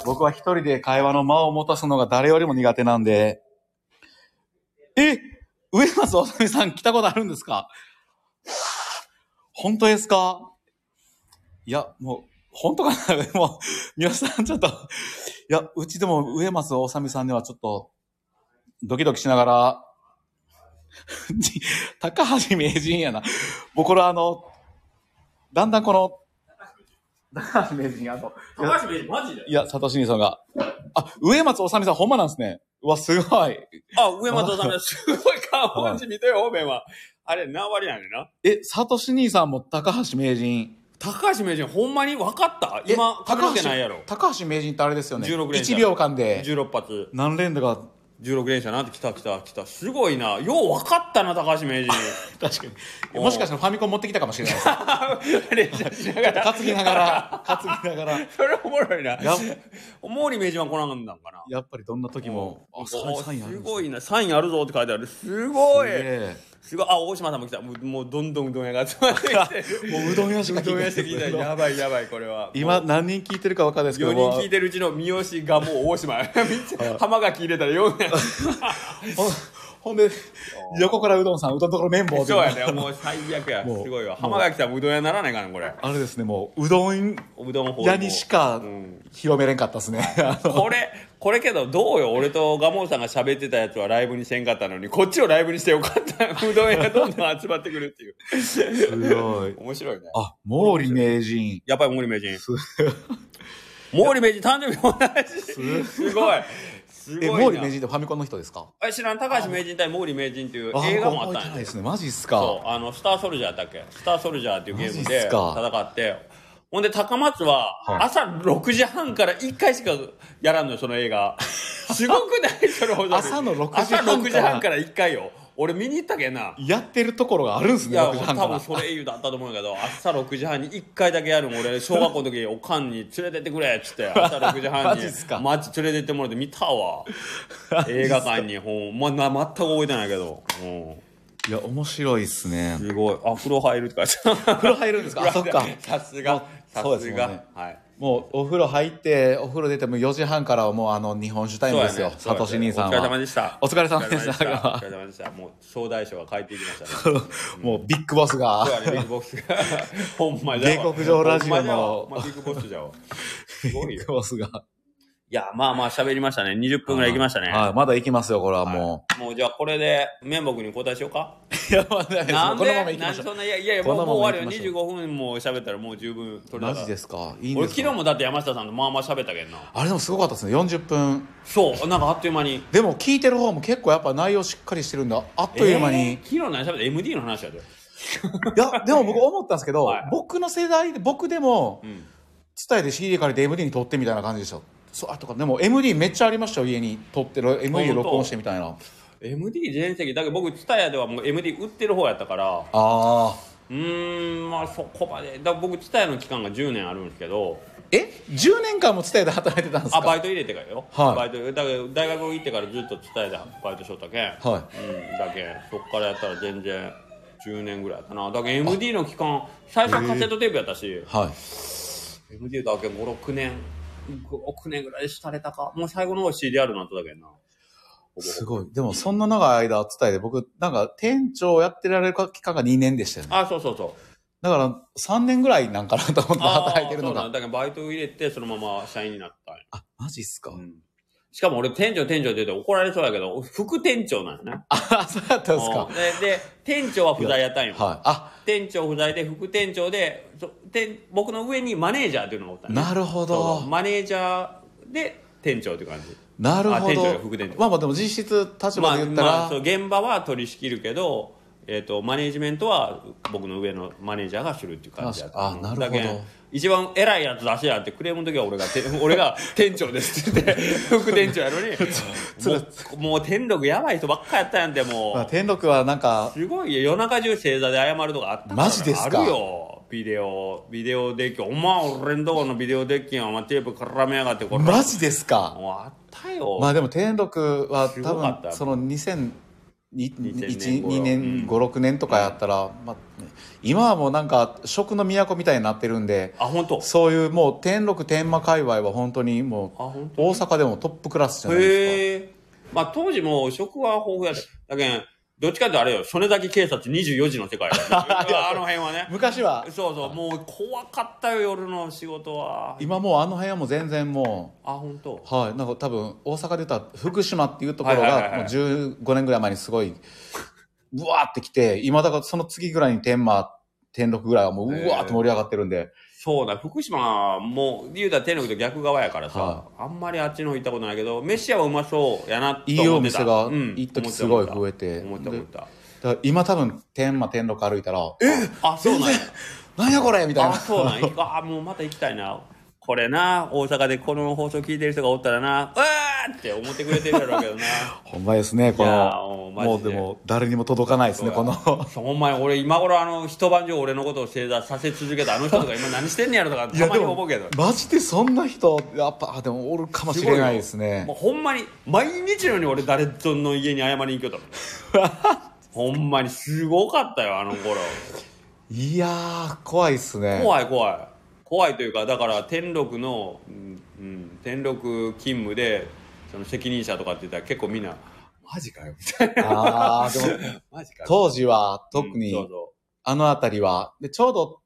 S3: 僕は一人で会話の間を持たすのが誰よりも苦手なんで。え上松おさみさん来たことあるんですか本当ですかいや、もう、本当かなもう、皆さんちょっと、いや、うちでも上松おさみさんにはちょっと、ドキドキしながら、 <laughs> じ高橋名人やな。僕これあの、だんだんこの、高橋名人、あと、
S2: 高橋名人マジで
S3: いや、サトシニーさんが。あ、植松おさみさん、ほんまなんですね。うわ、すごい。
S2: あ、上松さん <laughs> です。すごい顔文字見てよ、方面は。あれ、何割やねんな。
S3: え、サトシ兄さんも高橋名人。
S2: 高橋名人、ほんまに分かった
S3: え
S2: 今、書くわけないやろ。
S3: 高橋名人ってあれですよね。
S2: 16連射
S3: 1秒間で
S2: 16発、
S3: 何連打が、
S2: 16連射なんて来た来た来た。すごいな。よう分かったな、高橋名人。 <laughs>
S3: 確かに。もしかしたらファミコン持ってきたかもしれないです。
S2: 連射しながら。
S3: <laughs> 担ぎながら、担ぎながら。
S2: それおもろいな。
S3: や
S2: 毛利名人は来なかったんかな。
S3: やっぱりどんな時も、あ、サインサインある
S2: す
S3: ん
S2: ごいな。サインあるぞって書いてある。すごい。
S3: です
S2: ごい。あ、大島さんも来た。もう、もうどんどんうどん屋が集まってきて。
S3: すげえもううどん屋しか
S2: うどん
S3: 聞
S2: 屋
S3: い
S2: して
S3: て
S2: 聞い
S3: な
S2: た
S3: い。
S2: らやばいやばいこれは
S3: 今何人聞いてるか分かんないですけど
S2: 4人
S3: も
S2: 聞いてるうちの三好がもう大島
S3: <laughs>
S2: 浜垣入れたら4人
S3: ほん <laughs> ほんで横からうどんさんうどんところ綿棒で
S2: そうやねもう最悪や
S3: もう
S2: すごいわ浜垣さんもうどん屋にならないかなこれ
S3: あれですねもううどん
S2: うどん法
S3: 屋にしか広めれんかったですね、あの
S2: これこれけどどうよ俺と蒲生さんが喋ってたやつはライブにせんかったのにこっちをライブにしてよかった <laughs> うどん屋がどんどん集まってくるっていう
S3: すごい
S2: 面白いね
S3: <laughs> あ毛利名人
S2: やっぱり毛利名人毛利名人誕生日同じすごいす
S3: え
S2: ごい
S3: 毛
S2: な
S3: 利名人ってファミコンの人ですか
S2: あ知らん高橋名人対毛利名人っていう
S3: あ
S2: 映画もあっ
S3: 覚え
S2: た
S3: て
S2: ん
S3: な
S2: や
S3: いですねマジっすか
S2: そうあのスターソルジャーだっけスターソルジャーっていうゲーム
S3: マジっ
S2: です
S3: か
S2: 戦ってほんで高松は
S3: はい
S2: 朝6時半から1回しかやらんのよその映
S3: <laughs>
S2: 画すごくないそれほど
S3: 朝の6時半から
S2: 朝6時半から1回よ俺見に行ったけんな
S3: やってるところがあるんです
S2: い
S3: ね
S2: や
S3: 6時半か
S2: 多分
S3: ら
S2: それ言うだったと思うんやけど朝6時半に1回だけやるん俺小学校の
S3: <laughs>
S2: 時おかんに連れてってくれっつって朝6時半
S3: マ
S2: に
S3: ジっすか
S2: マッチ連れてってもらって見たわ映画館にほんまな全く覚えてないけど、うん、
S3: いや面白いっすね
S2: すごいあ風呂入るとか言って
S3: <laughs> 風呂入るんですかあそっか
S2: さすがさ
S3: そうですすもんね
S2: がはい
S3: もうお風呂入ってお風呂出ても4時半からはもうあの日本酒タイムですよ、
S2: そう
S3: サ
S2: やね
S3: トシ兄さん
S2: お疲れ様
S3: は
S2: でした
S3: お疲れ様でした
S2: お疲れ様でしたお疲れ様でしたもう総大将が帰っていきましたね
S3: もうビッグボスが
S2: そうやねビッグボスがほんまじゃわ
S3: 下克上ラジオの
S2: ほんまじゃわほんまビッグボスじゃわすごい
S3: ビ
S2: よ
S3: ッグボスが
S2: いやまあまあ喋りましたね20分ぐらい行きましたね
S3: はいまだ行きますよこれはもう、
S2: もうじゃあこれで面目に交代しようか
S3: やばないです。
S2: なん
S3: このまま行
S2: で
S3: き
S2: な
S3: ま
S2: ん
S3: し
S2: で
S3: ょう。
S2: そんないやいや、も
S3: こ
S2: う
S3: のま
S2: も
S3: ま
S2: う終わる
S3: 行き
S2: よ。
S3: ましょう
S2: 25分も喋ったらもう十分取れた
S3: マジですかいいん
S2: 俺
S3: です
S2: 昨
S3: か
S2: 日もだって山下さんとまあまあ喋ったけんな。
S3: あれでもすごかったですね40分
S2: そう、なんかあっという間に。
S3: でも聞いてる方も結構やっぱ内容しっかりしてるんだあっという間に、
S2: えー昨日何喋った ?MD の話やで。
S3: いやでも僕思ったんですけど、
S2: はい
S3: 僕の世代で僕でも
S2: うん。
S3: 伝えて CD 借りて MD に撮ってみたいな感じでしたそうあとかでも MD めっちゃありましたよ家に撮ってる MD 録音してみたいなあ
S2: MD 全席、だけど僕、ツタヤではもう MD 売ってる方やったから、
S3: あ
S2: うーん、まあそこまで。だから僕、ツタヤの期間が10年あるんですけど、
S3: え10年間も伝えで働いてたんですか
S2: あ、バイト入れてからよ。
S3: はい
S2: バイト入れだけど大学行ってからずっとツタヤでバイトしとったけん。
S3: は
S2: うん、だけんそっからやったら全然10年ぐらいやったなだけん MD の期間最初はカセットテープやったし、
S3: はい
S2: MD だけ56年56年ぐらいしたれたかもう最後の方 CDR になっただけんな
S3: すごいでもそんな長い間伝えで僕なんか店長やってられる期間が2年でしたよね
S2: あそうそうそう
S3: だから3年ぐらいなんかなと思って
S2: あー
S3: <laughs> 働いてるの
S2: そうな
S3: が
S2: んだだけどバイト入れてそのまま社員になったんよ
S3: あマジっすか、
S2: しかも俺店長店長って言って怒られそうやけど副店長なんよね
S3: あ <laughs> そうだったんですか
S2: うんでで店長は不在やったんよ
S3: はいあ
S2: 店長不在で副店長でそ店僕の上にマネージャーっていうのがおったんよね
S3: なるほ
S2: そうそう
S3: ど
S2: マネージャーで店長って感じ
S3: なる
S2: あ
S3: ほ
S2: 店長
S3: ど
S2: や副店長
S3: まあまあでも実質立
S2: ま
S3: 場
S2: あ、
S3: で言ったら、
S2: まあ、そう現場は取り仕切るけど、えー、とマネージメントは僕の上のマネージャーがするっていう感じやった
S3: あなるほど
S2: だけん一番偉いやつ出せやってクレームの時は俺
S3: <laughs>
S2: がて俺が店長ですって言って副店長やの
S3: <laughs>
S2: にもうもう天禄やばい人ばっかやったやんでもう、
S3: まあ天禄はなんか
S2: すごいよ夜中中正座で謝るとかあったからな
S3: マジですか
S2: あるよビデオビデオデッキお前俺んとこのビデオデッキにお前テープ絡めやがってこれ
S3: マジですか
S2: もうあったよ、
S3: まあでも天禄は
S2: す
S3: 多
S2: ごかった
S3: 分その2000
S2: 2000
S3: 2年56年とかやったら、まあね今はもうなんか食の都みたいになってるんで
S2: あ本当。
S3: そういうもう天禄天満界隈は本当にも
S2: あ本
S3: う大阪でもトップクラスじゃないですか
S2: へえまあ当時も食は豊富やしだけんどっちかっていうとあれよ曽根崎警察24時の世界だよ
S3: <laughs>
S2: あの辺はね
S3: 昔は
S2: <laughs> そうそうもう怖かったよ夜の仕事は
S3: 今もうあの辺はもう全然も
S2: あ本当。
S3: うはいなんか多分大阪で言ったら福島っていうところ
S2: はいはいはいは
S3: が
S2: い
S3: もう15年ぐらい前にすごいブワーってきて今だからその次ぐらいに天満天禄ぐらいはもううわーって盛り上がってるんで
S2: そうだ福島も言うたら天国と逆側やからさ、
S3: は
S2: あんまりあっちの方行ったことないけど飯屋はうまそうやなと思って
S3: い
S2: た
S3: いお店が
S2: うん
S3: 一時すごい増えて
S2: 思った思った思っ
S3: だから今多分天満天禄歩いたら「え
S2: たあそうなんや
S3: なんやこれ!」みたい
S2: あ
S3: な
S2: そうなんやあもうまた行きたいなこれな大阪でこの放送聞いてる人がおったらなうわーって思ってくれてるやろうけどな
S3: <laughs> ほんまですねこ
S2: いやーも
S3: の
S2: うマ
S3: も
S2: ジ
S3: う
S2: で
S3: でも誰にも届かないですねこの
S2: そうお前俺今頃あの一晩中俺のことを正座させ続けたあの人とか今何してんねやろとか
S3: い
S2: た
S3: や
S2: ま
S3: で
S2: に
S3: も
S2: 思うけど
S3: マジでそんな人やっぱあでもおるかもしれないですね
S2: もうほんまに毎日のように俺誰ぞんの家に謝りに行きよ
S3: <laughs>
S2: ったもんほんまにすごかったよあの頃
S3: いやー怖いっすね
S2: 怖い怖い怖いというかだから天禄の、うんうん、天禄勤務でその責任者とかって言ったら結構み
S3: <laughs>
S2: んなマジかよみたい
S3: あーでも
S2: なマジかよ
S3: 当時は特
S2: うんそう
S3: に
S2: そ
S3: あの辺りは、でちょうど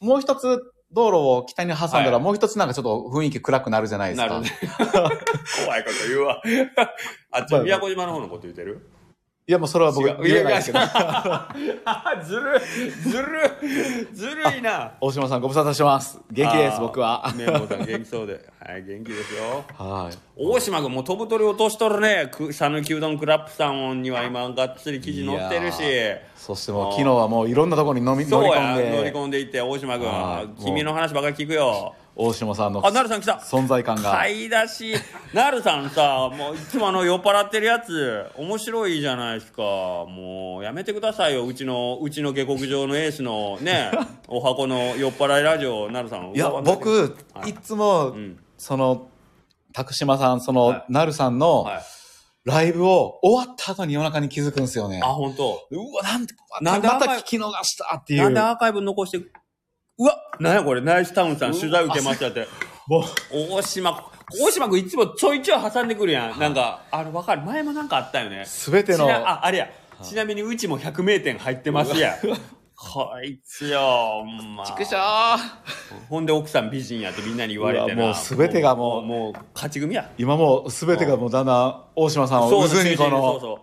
S3: もう一つ道路を北に挟んだ
S2: は
S3: ら
S2: い
S3: もう一つなんかちょっと雰囲気暗くなるじゃないで
S2: う
S3: すか。
S2: なる
S3: <laughs>
S2: ね怖いこと言うわあっち宮古島の方のこと言ってる
S3: いやもうそれは僕
S2: 違う
S3: 言えないですけど
S2: い。あ <laughs> ずるいずるいずるいな
S3: 大島さんご無沙汰してます。元気です、
S2: あー
S3: 僕は。
S2: メンボさん元気そうではい元気ですよ
S3: はい。
S2: 大島君も飛ぶ鳥落としとるねく讃岐うどんクラップさんには今がっつり記事載ってるし
S3: いやーそしても
S2: あ
S3: う
S2: ー
S3: 昨日はもういろんなところに飲み
S2: そ
S3: 乗
S2: う
S3: り
S2: や
S3: 込ん
S2: 乗り
S3: で、
S2: 込んでいって大島
S3: はい
S2: 君君の話ばっかり聞くよ
S3: 大島さんの
S2: あなるさん来た
S3: 存在感が。
S2: 買い出しなるさんさもういつもあの酔っ払ってるやつ面白いじゃないですかもうやめてくださいようちのうちの下克上のエースの
S3: <laughs>
S2: ねお箱の酔っ払いラジオなるさん
S3: いや、僕、
S2: はい
S3: いつも
S2: ん、
S3: その、拓島さん、その
S2: は、
S3: なるさんの
S2: はい
S3: ライブを終わった後に夜中に気づくんですよね
S2: あ。本当。
S3: うわ、なんて、
S2: な
S3: ま
S2: んで
S3: たまた
S2: 甘い
S3: 聞き逃したってい
S2: なん
S3: う
S2: で。アーカイブ残してうわなんやこれナイスタウンさん取材受けましたって
S3: もう
S2: 大島大島君いつもちょいちょい挟んでくるやんなんかあれわかる前もなんかあったよね
S3: 全ての
S2: ちなああれや、ちなみにうちも100名店入ってます
S3: <laughs>
S2: やんこいつよ、ほんま。
S3: くしょー
S2: ほんで奥さん美人やってみんなに言われてな。
S3: うわもう全てがもう
S2: もう、もう勝ち組や。
S3: 今もう全てがもうだんだん大島さんを渦にこ
S2: そう
S3: の
S2: そう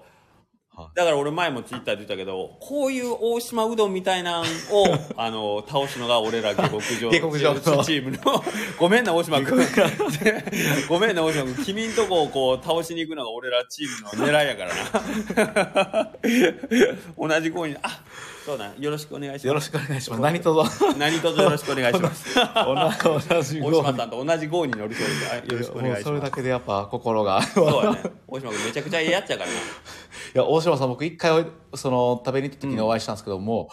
S3: は
S2: だから俺前もツイッターで言ったけど、こういう大島うどんみたい
S3: <laughs>
S2: なんを、あの、倒すのが俺ら下克上
S3: 下克上の
S2: チームの、 <laughs> ごめんな大島君。 <laughs> ごめんな大島君。君んとこをこう倒しに行くのが俺らチームの狙いやから <laughs> な。同じ声に、あ、そうだ、よろしくお願い
S3: い。
S2: し
S3: よ
S2: ま
S3: ろしくお願いします。何とぞ。
S2: す。何卒よろしくお願いします。
S3: 同じ <laughs> 同じ
S2: 大島さんと同じ号に乗り添えて、あよろしくお願い
S3: もう
S2: し
S3: それ
S2: ま
S3: だ
S2: す。
S3: けでやっぱ心が。 <laughs>
S2: そうやね。大島君めちゃくちゃええやつやからな。
S3: いや、大島さん、僕一回おい、その、食べに行った時にお会いしたんですけども、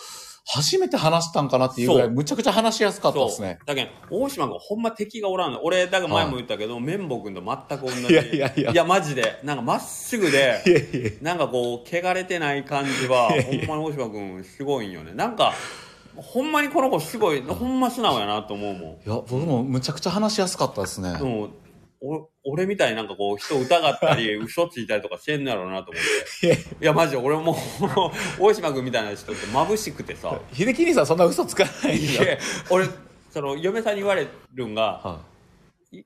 S3: 初めて話したんかなっていうぐらい、
S2: そう
S3: むちゃくちゃ話しやすかったですね。
S2: そうだけど大島がほんま敵がおらんの俺だから前も言ったけど、綿棒君と全く同じ
S3: いやいやいや
S2: いやマジでなんかまっすぐで
S3: いやいや
S2: なんかこう汚れてない感じはほ
S3: やい
S2: んまに大島君すごいんよねなんかほんまにこの子すごいほんま素直やなと思うもん
S3: いや、僕もむちゃくちゃ話しやすかったですね。
S2: でもお俺みたいになんかこう人疑った
S3: <laughs>
S2: り嘘ついたりとかしてんのやろうなと思って
S3: いやい
S2: いやマジで俺も <laughs> 大島君みたいな人って眩しくてさ
S3: 秀樹兄さん、そんな嘘つかない
S2: い
S3: で
S2: や俺その嫁さんに言われるんが
S3: あ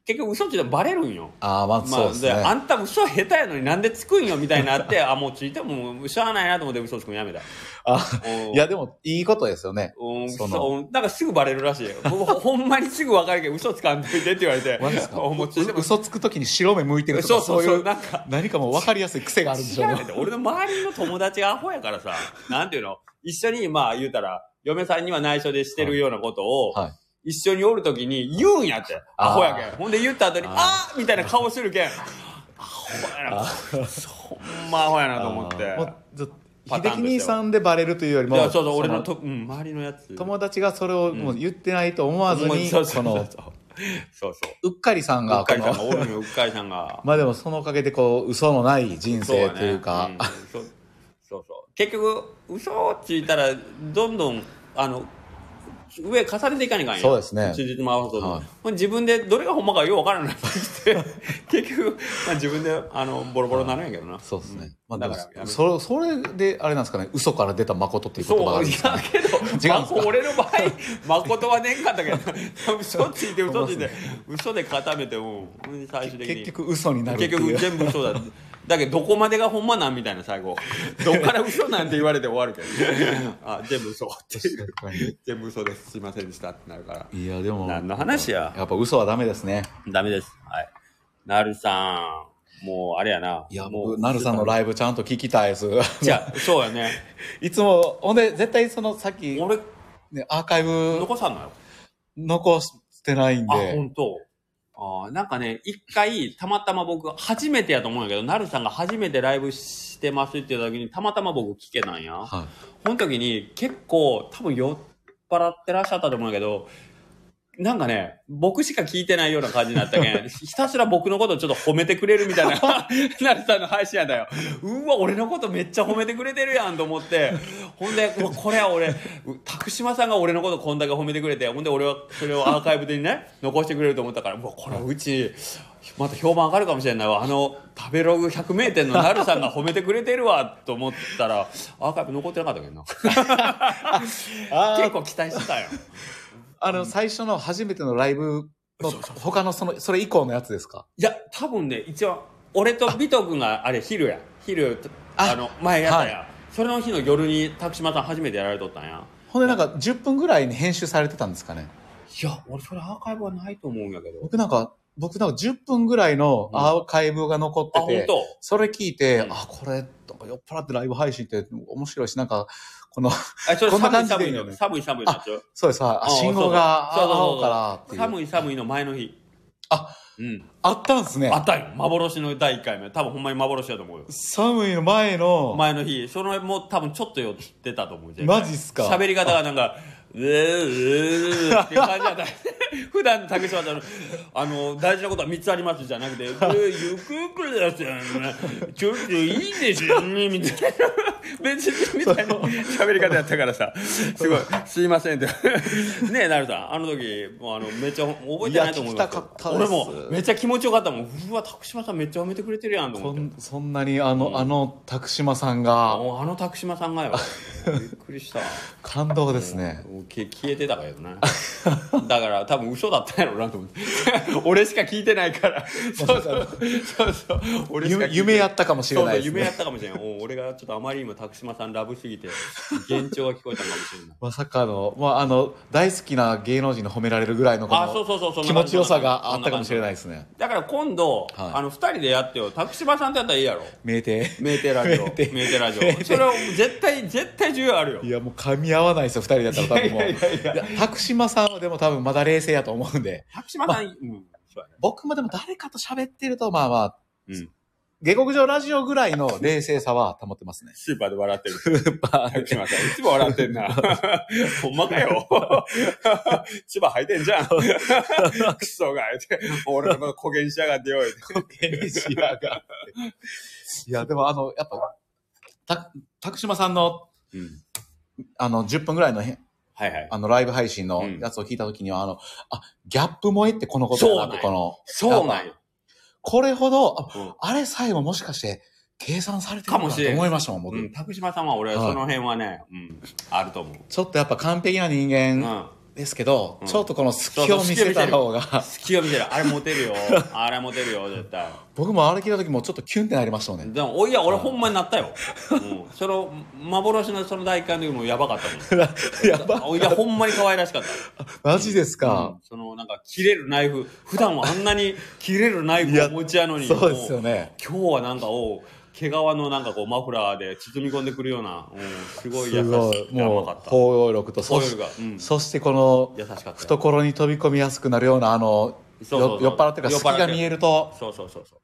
S2: 結局嘘ついたらバレるんよ
S3: あー、まあ、
S2: ま
S3: そう
S2: あ、
S3: です
S2: で
S3: ね。
S2: あんた嘘下手やのになんでつくんよみたいになって、 <laughs> あ、もうついてももうしゃあないなと思って嘘つくのやめた。
S3: あ
S2: うん
S3: いや、でも、いいことですよね。
S2: うん、
S3: そ
S2: そ
S3: の
S2: う、なんかすぐバレるらしいよ。僕ほ <laughs> ほんまにすぐ分かるけど嘘つかんといてって言われて。
S3: マジですか
S2: おもうついても
S3: 嘘つくときに白目向いてると
S2: そう
S3: か、
S2: そ
S3: そううい
S2: そう
S3: う、
S2: なん
S3: <laughs>
S2: か
S3: 何かもう分かりやすい癖があるんでし
S2: 違
S3: ょう
S2: う
S3: ね
S2: ねんて俺の周りの友達がアホやからさ、なんていうの一緒に、まあ言うたら、嫁さんには内緒でしてるようなことを、
S3: はい。
S2: 一緒におるときに言うんやって。
S3: あー
S2: アホやけん。ほんで言った後に、
S3: あー
S2: あーみたいな顔するけん。アホやな。ほんまアホやなと思って。
S3: あーもうずっと
S2: パター
S3: 秀樹
S2: ンですよ
S3: 兄さんでバレるというよりも
S2: いやそうそう
S3: の
S2: 俺のと、うん、周りのやつ
S3: 友達がそれをもう言ってないと思わずに、
S2: うんそうそ
S3: そう
S2: そう
S3: の
S2: そうそう
S3: うっかりさん
S2: う
S3: が
S2: っかりさん
S3: こ
S2: が
S3: の
S2: おるのようっかりさん
S3: <laughs>
S2: が
S3: まあでもそのおかげでこう嘘のない人
S2: そう
S3: 生
S2: や
S3: というか
S2: ねうんそうそうそう結局嘘をついたらどんどんあの上重ねていかにかんや
S3: そうですね
S2: 手術も合わせと、
S3: はい
S2: もう自分でどれがほんまかようわからない <laughs> って言って結局、まあ、自分であのボロボロになるんやけどな、
S3: そうですね、
S2: うん
S3: まあで
S2: だからや
S3: も
S2: め
S3: それそれであれなんですかね嘘から出た誠っていう言葉が
S2: そう
S3: あるん
S2: い
S3: ですか
S2: や
S3: ね
S2: けど
S3: すか
S2: まこ俺の場合 <laughs> 誠は年間だけど嘘ついて嘘ついて嘘で固めてもうん最終的に
S3: 結局嘘になるって
S2: 結
S3: い
S2: 局
S3: う
S2: 全部嘘だってだけどどこまでがほんまなんみたいな最 <laughs> 後どっから嘘なんて言われて終わるけど、ね、 <laughs> あ全部嘘っていう
S3: 確 <laughs> かに
S2: 全部嘘ですすいませんでしたってなるから
S3: いやでも
S2: 何の話や
S3: やっぱ嘘はダメですね
S2: ダメですはいなるさんもうあれやないい
S3: や僕なるさんのライブちゃんと聞き <laughs> たいです
S2: じゃあそうやね
S3: いつもほんで絶対そのさっき、
S2: 俺
S3: ね、アーカイブ
S2: 残さんのよ
S3: 残してないん
S2: あ、
S3: で。
S2: 本当。あーなんかね、一回、たまたま僕、初めてやと思うんやけど、なるさんが初めてライブしてますって言った時に、たまたま僕聞けなんや。
S3: は
S2: この時に、結構、多分酔っ払ってらっしゃったと思うんやけど、なんかね、僕しか聞いてないような感じになったけん、ひたすら僕のことをちょっと褒めてくれるみたいな、 <laughs> なるさんの配信やだよ。うわ、俺のことめっちゃ褒めてくれてるやんと思って、ほんで、うわこれは俺、う拓島さんが俺のことこんだけ褒めてくれて、ほんで俺はそれをアーカイブでね、残してくれると思ったから、うわ、これはうち、また評判上がるかもしれないわ。あの、食べログ100名店のなるさんが褒めてくれてるわ、と思ったら、アーカイブ残ってなかったけどな。
S3: い。あ
S2: 結構期待してたよ。
S3: あの、最初の初めてのライブの、他のその、それ以降のやつですか
S2: いや、多分ね、一応、俺とビト君があれ、昼や。昼、
S3: あ
S2: あの、前やったやん、
S3: は
S2: それの日の夜に、拓島さん初めてやられとったんや。
S3: ほんでなんか10分ぐらいに編集されてたんですかね
S2: いや、俺それアーカイブはないと思うんやけど。
S3: 僕なんか、僕なんか10分ぐらいの
S2: うん
S3: アーカイブが残
S2: あ、
S3: っ
S2: 本
S3: てて、
S2: 当。
S3: それ聞いて、
S2: うん
S3: あ、これ、なんか酔っ払ってライブ配信って面白いし、なんか、この、
S2: あ、それ
S3: こんな
S2: 寒
S3: 感
S2: い
S3: じ
S2: 寒い
S3: でいいよ
S2: の。
S3: ね
S2: 寒い寒いのやつよ
S3: そうです、あ
S2: あ
S3: 信号が
S2: そうそうそうそう
S3: 青からっていう。
S2: 寒い寒いの前の日。
S3: あ、
S2: うん。
S3: あったんですね
S2: あ。ったよ。幻の第1回目。多分ほんまに幻だと思うよ。
S3: 寒いの前の、
S2: 前の日、そのもう多分ちょっと酔ってたと思う。絶対
S3: マジっすか
S2: 喋り方がなんか、うーうーうーっていう感じだった。 <laughs> 普段の竹島さんの、あの、大事なことは3つありますじゃなくて、えーゆくゆくですよね。ちょっといいですよね、みたいな。別に、みたいな喋り方やったからさ、すごい、すいませんって。 <laughs> ねえ、なるさん、あの時、もうあの、めっちゃ覚えてないと思い
S3: い
S2: ますけど
S3: や聞きたかったで
S2: 俺
S3: す
S2: も、めっちゃ気持ちよかったもん。うわ、竹島さんめっちゃ褒めてくれてるやんと思
S3: こ
S2: って。
S3: んそんなにあの、あの、拓島さんが、
S2: ああの拓島さんがよびっくりした。
S3: 感動ですね。
S2: もう消え消えてたけどねだから多分嘘だったんやろうなと思って
S3: <laughs>
S2: 俺しか聞いてないからそうそうそうそう俺しか聞いて
S3: 夢夢やったかもしれない
S2: そう
S3: です
S2: そう夢
S3: ね
S2: や。ったかもしれないお俺がちょっとあまりにもタクシマさんラブすぎて幻聴が聞こえたのかもしれない
S3: まさかの、まあ、あの、大好きな芸能人に褒められるぐらいのこ
S2: あそう
S3: の
S2: そうそうそん
S3: 気
S2: な感
S3: 持
S2: じ
S3: ちよさがあったかもしれ
S2: い
S3: ないですね。
S2: だから今度、
S3: はい
S2: あの2人でやってよタクシマさんとやったらいいやろ
S3: 名店。
S2: メーテラジオメ
S3: <laughs> メ
S2: ー
S3: ー
S2: テ
S3: テ
S2: ラジオそれを絶対絶対需要あるよ
S3: いや、もう噛み合わないですよ、二人だったら多分もう。
S2: いやいやいやい
S3: いやタクシマさんはでも多分まだ冷静やと思うんで。
S2: タクシマさん、うんそうやね
S3: 僕もでも誰かと喋ってると、まあまあ、
S2: うん
S3: 下克上ラジオぐらいの冷静さは保ってますね。
S2: スーパーで笑ってる
S3: まあ
S2: はい、千葉さん。いつも笑って <laughs> んな。ほんまか <laughs> よ。千葉履いてんじ <laughs> ゃん。クソが。って俺のこと焦げにしやがってよ。
S3: いや、でもあの、やっぱ、た、たくしまさんの、
S2: うん。
S3: あの、10分ぐらいのへ、
S2: はいはい。
S3: あの、ライブ配信
S2: う
S3: の
S2: ん
S3: やつを聞いたときには、あの、あ、ギャップ萌えってこのことだなって、
S2: そ
S3: この、
S2: そうなんよ。
S3: これほど、あ
S2: うん
S3: あれさえももしかして、計算されてる
S2: か
S3: のか
S2: も
S3: な
S2: し
S3: と
S2: れん
S3: 思いましたもん、僕。
S2: うん、拓島さんは俺、
S3: はい
S2: その辺はね、うん、あると思う。
S3: ちょっとやっぱ完璧な人
S2: う
S3: 間
S2: ん。
S3: ですけど、
S2: うん
S3: ちょっとこの隙を見せた方が、
S2: 隙を見てる。あれモテ <laughs> るよ。あれモテるよ、絶対。
S3: 僕もあれ聞いた時もちょっとキュンってなりましたもんね。
S2: でも、おいや、俺ほんまになった <laughs> よ。うん。その、幻のその大会の時もやばかったもん。
S3: <laughs> やば、
S2: おいや、ほんまに可愛らしかった。
S3: マジです
S2: う
S3: か
S2: ん。そのなんか切れるナイフ普段はあんなに切れるナイフをお持ちやのに
S3: そうですよね。
S2: もう今日はなんかお毛皮のなんかこうマフラーで包み込んでくるような、うん、すごい優
S3: す
S2: し
S3: ご
S2: い
S3: い。
S2: やば
S3: も
S2: か
S3: う
S2: っ、た
S3: 包容力と、
S2: そ
S3: そ
S2: う
S3: し
S2: いうのが、うん、
S3: そしてこの、
S2: 優しかったよ
S3: 懐に飛び込みやすくなるような、あの、
S2: そうそうそう
S3: よ酔っ払ってるから
S2: 酔っ払ってる
S3: 隙が見えると、
S2: そうそうそうそう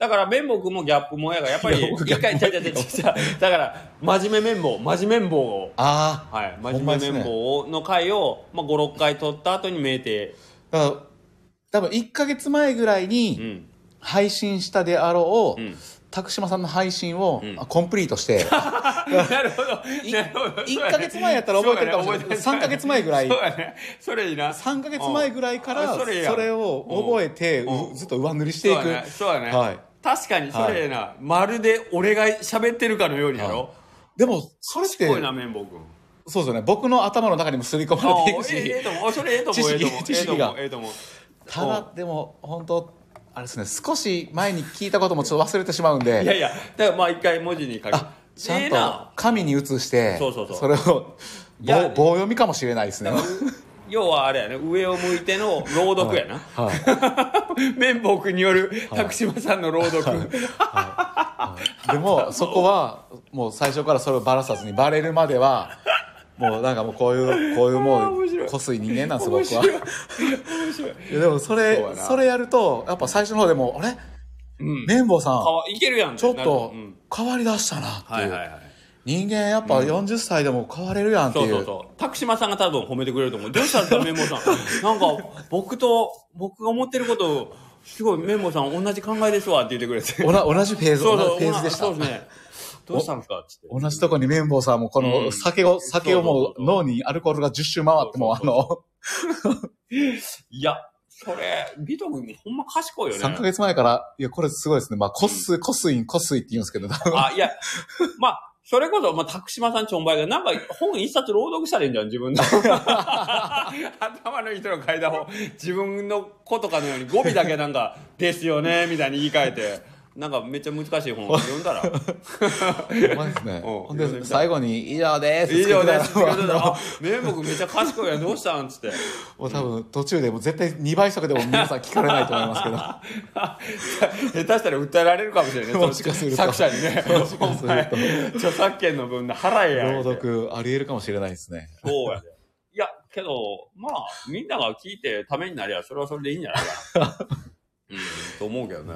S2: だから綿棒君もギャップもやがやっぱり
S3: いや僕
S2: 一回ちゃちゃちゃちゃだから真面目綿棒真面目綿棒を
S3: ああ、
S2: はい真
S3: ほんま
S2: 面
S3: です
S2: 目
S3: ね
S2: 綿棒をの回を、まあ、56回取った後に名定
S3: だから多分1ヶ月前ぐらいうに
S2: ん
S3: 配信したであろ
S2: うん
S3: う、拓島さんの配信を
S2: うん
S3: あコンプリート
S2: <laughs>
S3: して、
S2: なるほどなるほど
S3: 1ヶ月前やったら覚えてるかもしれない。
S2: そうや
S3: 3
S2: ね
S3: ヶ月前ぐらい
S2: そ。うやね。それいいな。
S3: 3ヶ月前ぐらいから
S2: うんあ
S3: そ
S2: それや
S3: れを覚えて
S2: うん
S3: うずっと上塗りしてい
S2: そうや
S3: く
S2: ね。そうやね。
S3: はい
S2: 確かに、それいいな、まるで俺が喋ってるかのようにやろ。
S3: でもそれっ
S2: す
S3: て
S2: ごいな、綿棒君。
S3: そうですよね僕の頭の中にも刷り込
S2: あ
S3: まれていく
S2: ええええ
S3: し
S2: と思う。あそれええと思う。ええと思う。
S3: 知識知識が
S2: ええと思う。
S3: ただでも本当あれですね少し前に聞いたこともちょっと忘れてしまうん
S2: いや
S3: で
S2: いや、だからまあ一回文字に書く。
S3: あちゃ
S2: ええ
S3: んと
S2: な
S3: 紙に写して
S2: そうそうそう
S3: それを
S2: いや
S3: 棒棒読みかもしれないですね
S2: 要はあれやね、上を向いての朗読
S3: <laughs>
S2: やな。
S3: はい
S2: 綿棒君による、拓島さんの朗読。
S3: でもそこはもう最初からそれをバラさずにバレるまではもうなんかもうこういうこういう
S2: あー
S3: も
S2: 面白いう
S3: こすい人間なんです僕
S2: 面白。
S3: はい
S2: 面白い。
S3: いやでもそれ
S2: そうや
S3: そ
S2: な
S3: れやるとやっぱ最初の方でもあれ
S2: うん。
S3: 綿棒さん
S2: かわいけるやんて
S3: ちょっ
S2: なるほど
S3: と
S2: うん
S3: 変わりだしたなって、
S2: はいいうはいはい。
S3: 人間やっぱ40歳でも変われるやんって
S2: そ
S3: いうう
S2: そうそう。タクシマさんが多分褒めてくれると思う。どうしたんですか、メンボさ
S3: <laughs>
S2: ん。なんか、僕と、僕が思ってることを、すごい、メンボさん同じ考えですわって言ってくれて。
S3: <laughs> おな同じフェーズ
S2: そう
S3: 同
S2: そう、
S3: じフェーズでした
S2: そうですね。どうしたんですかつって。
S3: 同じとこに綿棒さんもこ
S2: うん
S3: の酒を、酒を
S2: そう
S3: も
S2: そう
S3: う
S2: そう
S3: 脳にアルコールが10周回っても
S2: そう
S3: あの、
S2: いや、それ、ビト君ほんま賢いよ
S3: 3ヶ
S2: ね。
S3: 月前から、いや、これすごいですね。まあ、コス、コスイン、コスイって言うんですけど、
S2: あ、いや、まあ、それこそ、まあ、タクシマさんちょんばいが、なんか本一冊朗読したらいいんじゃん、自分の。 <laughs> 頭の人の階段を、自分のことかのように語尾だけなんか、ですよね、みたいに言い換えて、なんかめっちゃ難しい本読んだ <laughs> ら。
S3: ほんまですね。
S2: うん
S3: ほんで、最後に、以上です。
S2: 以上です。
S3: 作ってたら
S2: あ、名目めっちゃ賢いやん、どうしたんつって。
S3: もう多分、途中でもう絶対2倍速でも皆さん聞かれないと思います
S2: <laughs>
S3: けど。
S2: 下手したら訴えられるかもしれないね。
S3: もしかすると
S2: 作者に <laughs> ね。
S3: もしかすると
S2: お前著作権の分の払えや。
S3: 朗読あり得るかもしれないですね。
S2: そうやで。いや、けど、まあ、みんなが聞いてためになりゃ、それはそれでいいんじゃないか
S3: <laughs>
S2: な。うん、と思うけどね。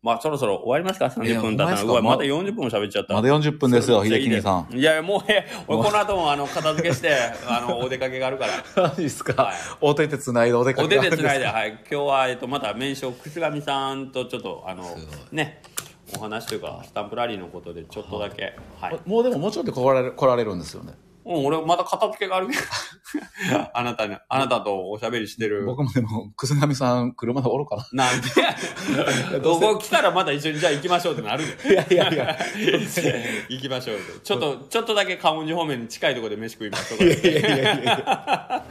S2: まあ、そろそろ終わりますか ?30 分経った
S3: いやほんまで
S2: ら。
S3: す
S2: う
S3: か
S2: わ、
S3: ま
S2: また40分も喋っちゃった。
S3: まだ40分ですよ、秀樹兄さん。
S2: ん。いや、もう、え、俺この後も、あの、片付けして、 <laughs> あの、お出かけがあるから。
S3: 何です
S2: は
S3: か
S2: い
S3: お手手つないでお出か
S2: お
S3: け
S2: 手
S3: があ
S2: で
S3: るん
S2: つ
S3: です
S2: ない
S3: か
S2: で、はい、今日は、えっと、また名称、くすがみさんとちょっと、あの、ね、お話というか、スタンプラリーのことでちょっとだけ、はい。
S3: もうでももうちょっと来られる来られるんですよね。
S2: うん、俺また片付けがあるけど。 <laughs> あなたに、あなたとおしゃべりしてる。
S3: 僕もでも、くすなみさん、車でおろうかな。
S2: なんで
S3: <laughs>
S2: やどこ来たらまた一緒にじゃあ行きましょうってなるよ。
S3: いやいやいや。
S2: <laughs> 行きましょうよちょっと、ちょっとだけ関音寺方面に近いところで飯食いましょう
S3: いやいやいやいやいや
S2: か。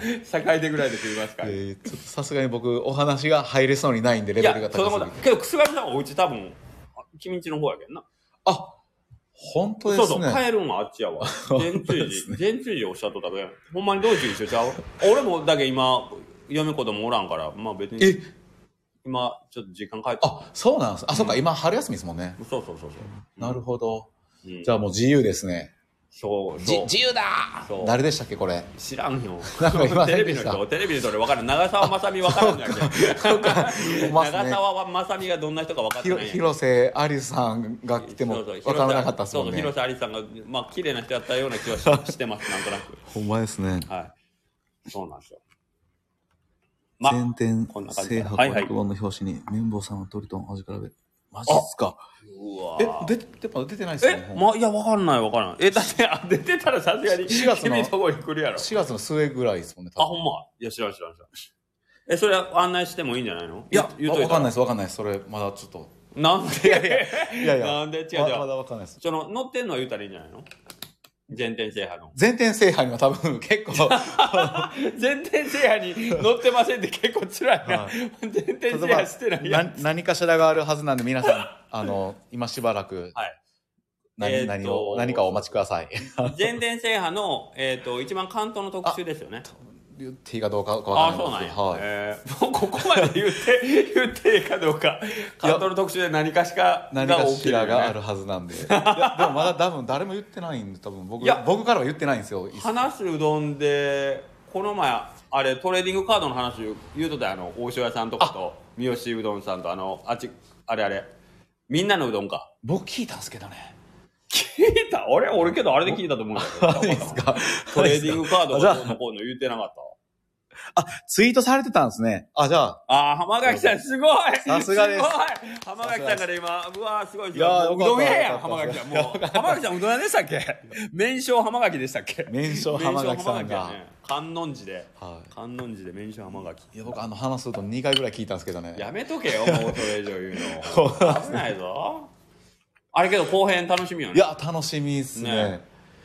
S2: 境手ぐらいで食いますから。い
S3: えーちょっとさすがに僕、お話が入れそうにないんで、レベル
S2: や
S3: が、
S2: そんなこと
S3: 高すぎ
S2: な
S3: て。
S2: いけど、くすがみさんお家多分、あ君んちの方やけんな。
S3: あ、本当
S2: そ
S3: で
S2: うそう、
S3: すね。
S2: 帰るんはあっちや
S3: <laughs>
S2: わ。全通寺、全通寺おっしゃっとったけん。ほんまに道中一緒ちゃう俺もだけ今、嫁子供おらんから、まあ別に、
S3: え、
S2: 今、ちょっと時間帰って。
S3: あ、そうなんです。あ、そうか、今、春休みですもんね。
S2: そうそうそうそう。
S3: なるほど。
S2: うん
S3: じゃあもう自由ですね。
S2: そう、
S3: じ
S2: そう。
S3: 自由だ
S2: そう
S3: 誰でしたっけ、これ。
S2: 知らんよ。
S3: なんか今
S2: テレ
S3: 何
S2: ビ
S3: で
S2: の
S3: した
S2: 人、テレビの人俺分からん。長澤まさみ分からんじゃんけ。
S3: ますね
S2: 長澤まさみがどんな人か分かって
S3: ひ
S2: な
S3: ろ
S2: いやん
S3: 広瀬アリスさんが来ても
S2: そうそう
S3: 分からなかったですもんね。
S2: 広瀬そうそう広瀬アリスさんが、まあ、綺麗な人だったような気はししてます、なんとなく。
S3: ほんまですね。
S2: はい。そうなんですよ。まあ、
S3: 前転
S2: こんな感じ
S3: 制
S2: で
S3: 覇
S2: はいはい
S3: 白本の表紙に綿棒さんの鳥と味比べ。マジっすか。
S2: うわ
S3: え
S2: ー、
S3: 出て、まだ出てないですよね。
S2: え、ま、いや、分かんない、分からん。え、だって、 <laughs> あ出てたらさすがに、
S3: し4月の
S2: 君とこに来るやろ。
S3: 4月の末ぐらいですもんね。
S2: あ、ほんま。いや、知らん、知らん、知らん。え、それ案内してもいいんじゃないの
S3: いや、
S2: 言う
S3: わ
S2: とい
S3: わ
S2: た
S3: かんない
S2: ら。
S3: です、わかんないです。それ、まだちょっと。
S2: なんで
S3: いやいや。
S2: なんで違う違う
S3: ままだわかんないです。
S2: その、乗ってんのは言うたらいいんじゃないの前転制覇の。 <laughs>
S3: 前転制覇には多分結構、
S2: 前転制覇に乗ってませんって結構辛いな。
S3: は
S2: 前転制覇してないやん。
S3: な何かしらがあるはずなんで、皆さん、あの、今しばらく
S2: はい。
S3: 何、
S2: えーっと
S3: 何を、何かをお待ちください。
S2: 前転制覇の、えっ、と、一番関東の特集ですよね。
S3: 言っていいかどうかわ
S2: ああ、
S3: かん
S2: そう
S3: な
S2: ないん
S3: で
S2: や。
S3: すけ <laughs> ど、
S2: えーも
S3: はい。
S2: うここまで言って、 <laughs> 言っていいかどうか。関東の特集で何かしか
S3: 何
S2: が
S3: か
S2: 起き
S3: し
S2: るよ
S3: ら
S2: ね
S3: があるはずなんで。いやでもまだ多分誰も言ってないんで、多
S2: <laughs>
S3: 分僕
S2: いや、
S3: 僕からは言ってないんですよ。
S2: 話すうどんで、この前、あれ、トレーディングカードの話言うとったやんあの、大塩屋さんとかと、三好うどんさんと、あの、あっち、あれあれ、みんなのうどんか。
S3: 僕聞いたんですけ
S2: <laughs>
S3: どね。
S2: 聞いた俺、俺けどあれで聞いたと思うんだ
S3: あ
S2: け
S3: いい
S2: ど
S3: っ。すか
S2: トレーディングカード
S3: あじ
S2: が
S3: ゃあ
S2: どうのこうの言ってなかった。
S3: あ、 <laughs> ツイートされてたんですね。あ、じゃあ、
S2: あー、浜垣さん、すごい
S3: さすがです
S2: ごい浜垣さんから今、うわー、すごい。
S3: いやー
S2: う
S3: よかった
S2: どん屋やん、
S3: よか
S2: 浜
S3: った
S2: 垣さん。もう、浜垣さん、うどん屋でしたっけ麺匠浜垣でしたっけ
S3: 麺匠浜垣さんが
S2: 麺匠浜やね観音寺で。
S3: はい
S2: 観音寺で麺匠浜垣。
S3: いや僕あの話すると2回ぐらい聞いたんですけどね
S2: やめとけよ、もうそれ以上
S3: <laughs>
S2: 言うの。危ないぞ。あれけど、後編楽しみよね。
S3: いや楽しみですね
S2: ね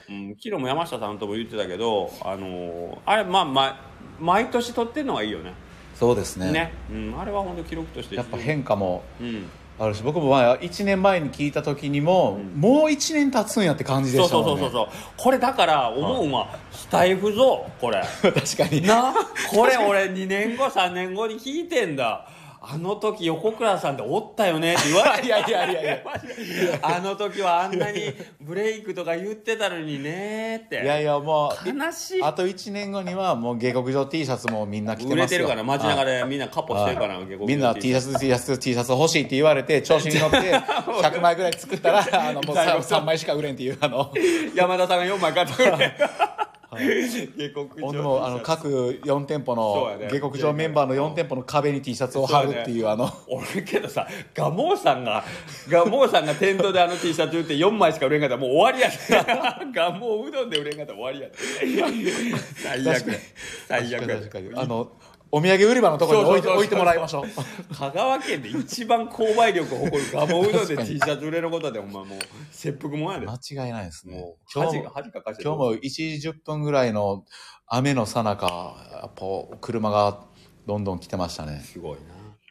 S2: うん、昨日も山下さんとも言ってたけど、あのーあれ、まあ、ま毎年撮ってるのがいいよね。
S3: そうですね
S2: ね。うん、あれは本当記録として。
S3: やっぱ変化も
S2: うん。
S3: あるし僕もまあ1年前に聞いた時にも、もう1年経つんやって感じで
S2: そう
S3: した
S2: そ
S3: も、
S2: うん
S3: ね、
S2: そうそうそう。これだから思うんは、スタイフぞ、こ
S3: <laughs>
S2: れ。
S3: 確かに
S2: な、これ俺2年後、3年後に聞いてんだ。あの時横倉さんでおったよねって言われ
S3: <laughs> いやいやいやいや
S2: マジで <laughs> あの時はあんなにブレイクとか言ってたのにねって。
S3: いやいやもう
S2: 悲しい。
S3: あと1年後にはもう下克上 T シャツもみんな着てますよ
S2: 売れてるから街中でみんなカッポしてるか
S3: は
S2: ら
S3: い
S2: 下克上
S3: みんな T シャツ T シャツ T シャツ欲しいって言われて調子に乗って100枚ぐらい
S2: <laughs>
S3: 作ったらあのもう 3, 枚しか売れんっていうあの
S2: 山田さんが4枚買ってくれて、下克
S3: ほんで
S2: 上
S3: もうあの各4店舗
S2: そうや
S3: の
S2: ね
S3: 下克上メンバーの4店舗の壁に T シャツを貼るっていうあの
S2: 俺けどさガモーさんがガモーさんが店頭であの T シャツ売って4枚しか売れんかったらもう終わりや
S3: <laughs>
S2: でガモーうどんで売れんかったら終わりやで最
S3: 確か
S2: 悪
S3: に
S2: 最悪や
S3: 確かにあのお土産売り場のところに置いて
S2: そうそうそう
S3: 置いてもらいましょう
S2: 香川県で一番購買力を誇るガモーうどんで
S3: 確か
S2: T
S3: に
S2: シャツ売れることでお前もう切腹もんやで
S3: <laughs> 間違いないですね
S2: もう
S3: 今日
S2: 恥
S3: も
S2: 恥かかして
S3: 今日も1時10分ぐらいの雨のさなかやっぱ車がどんどん来てましたね
S2: すごいな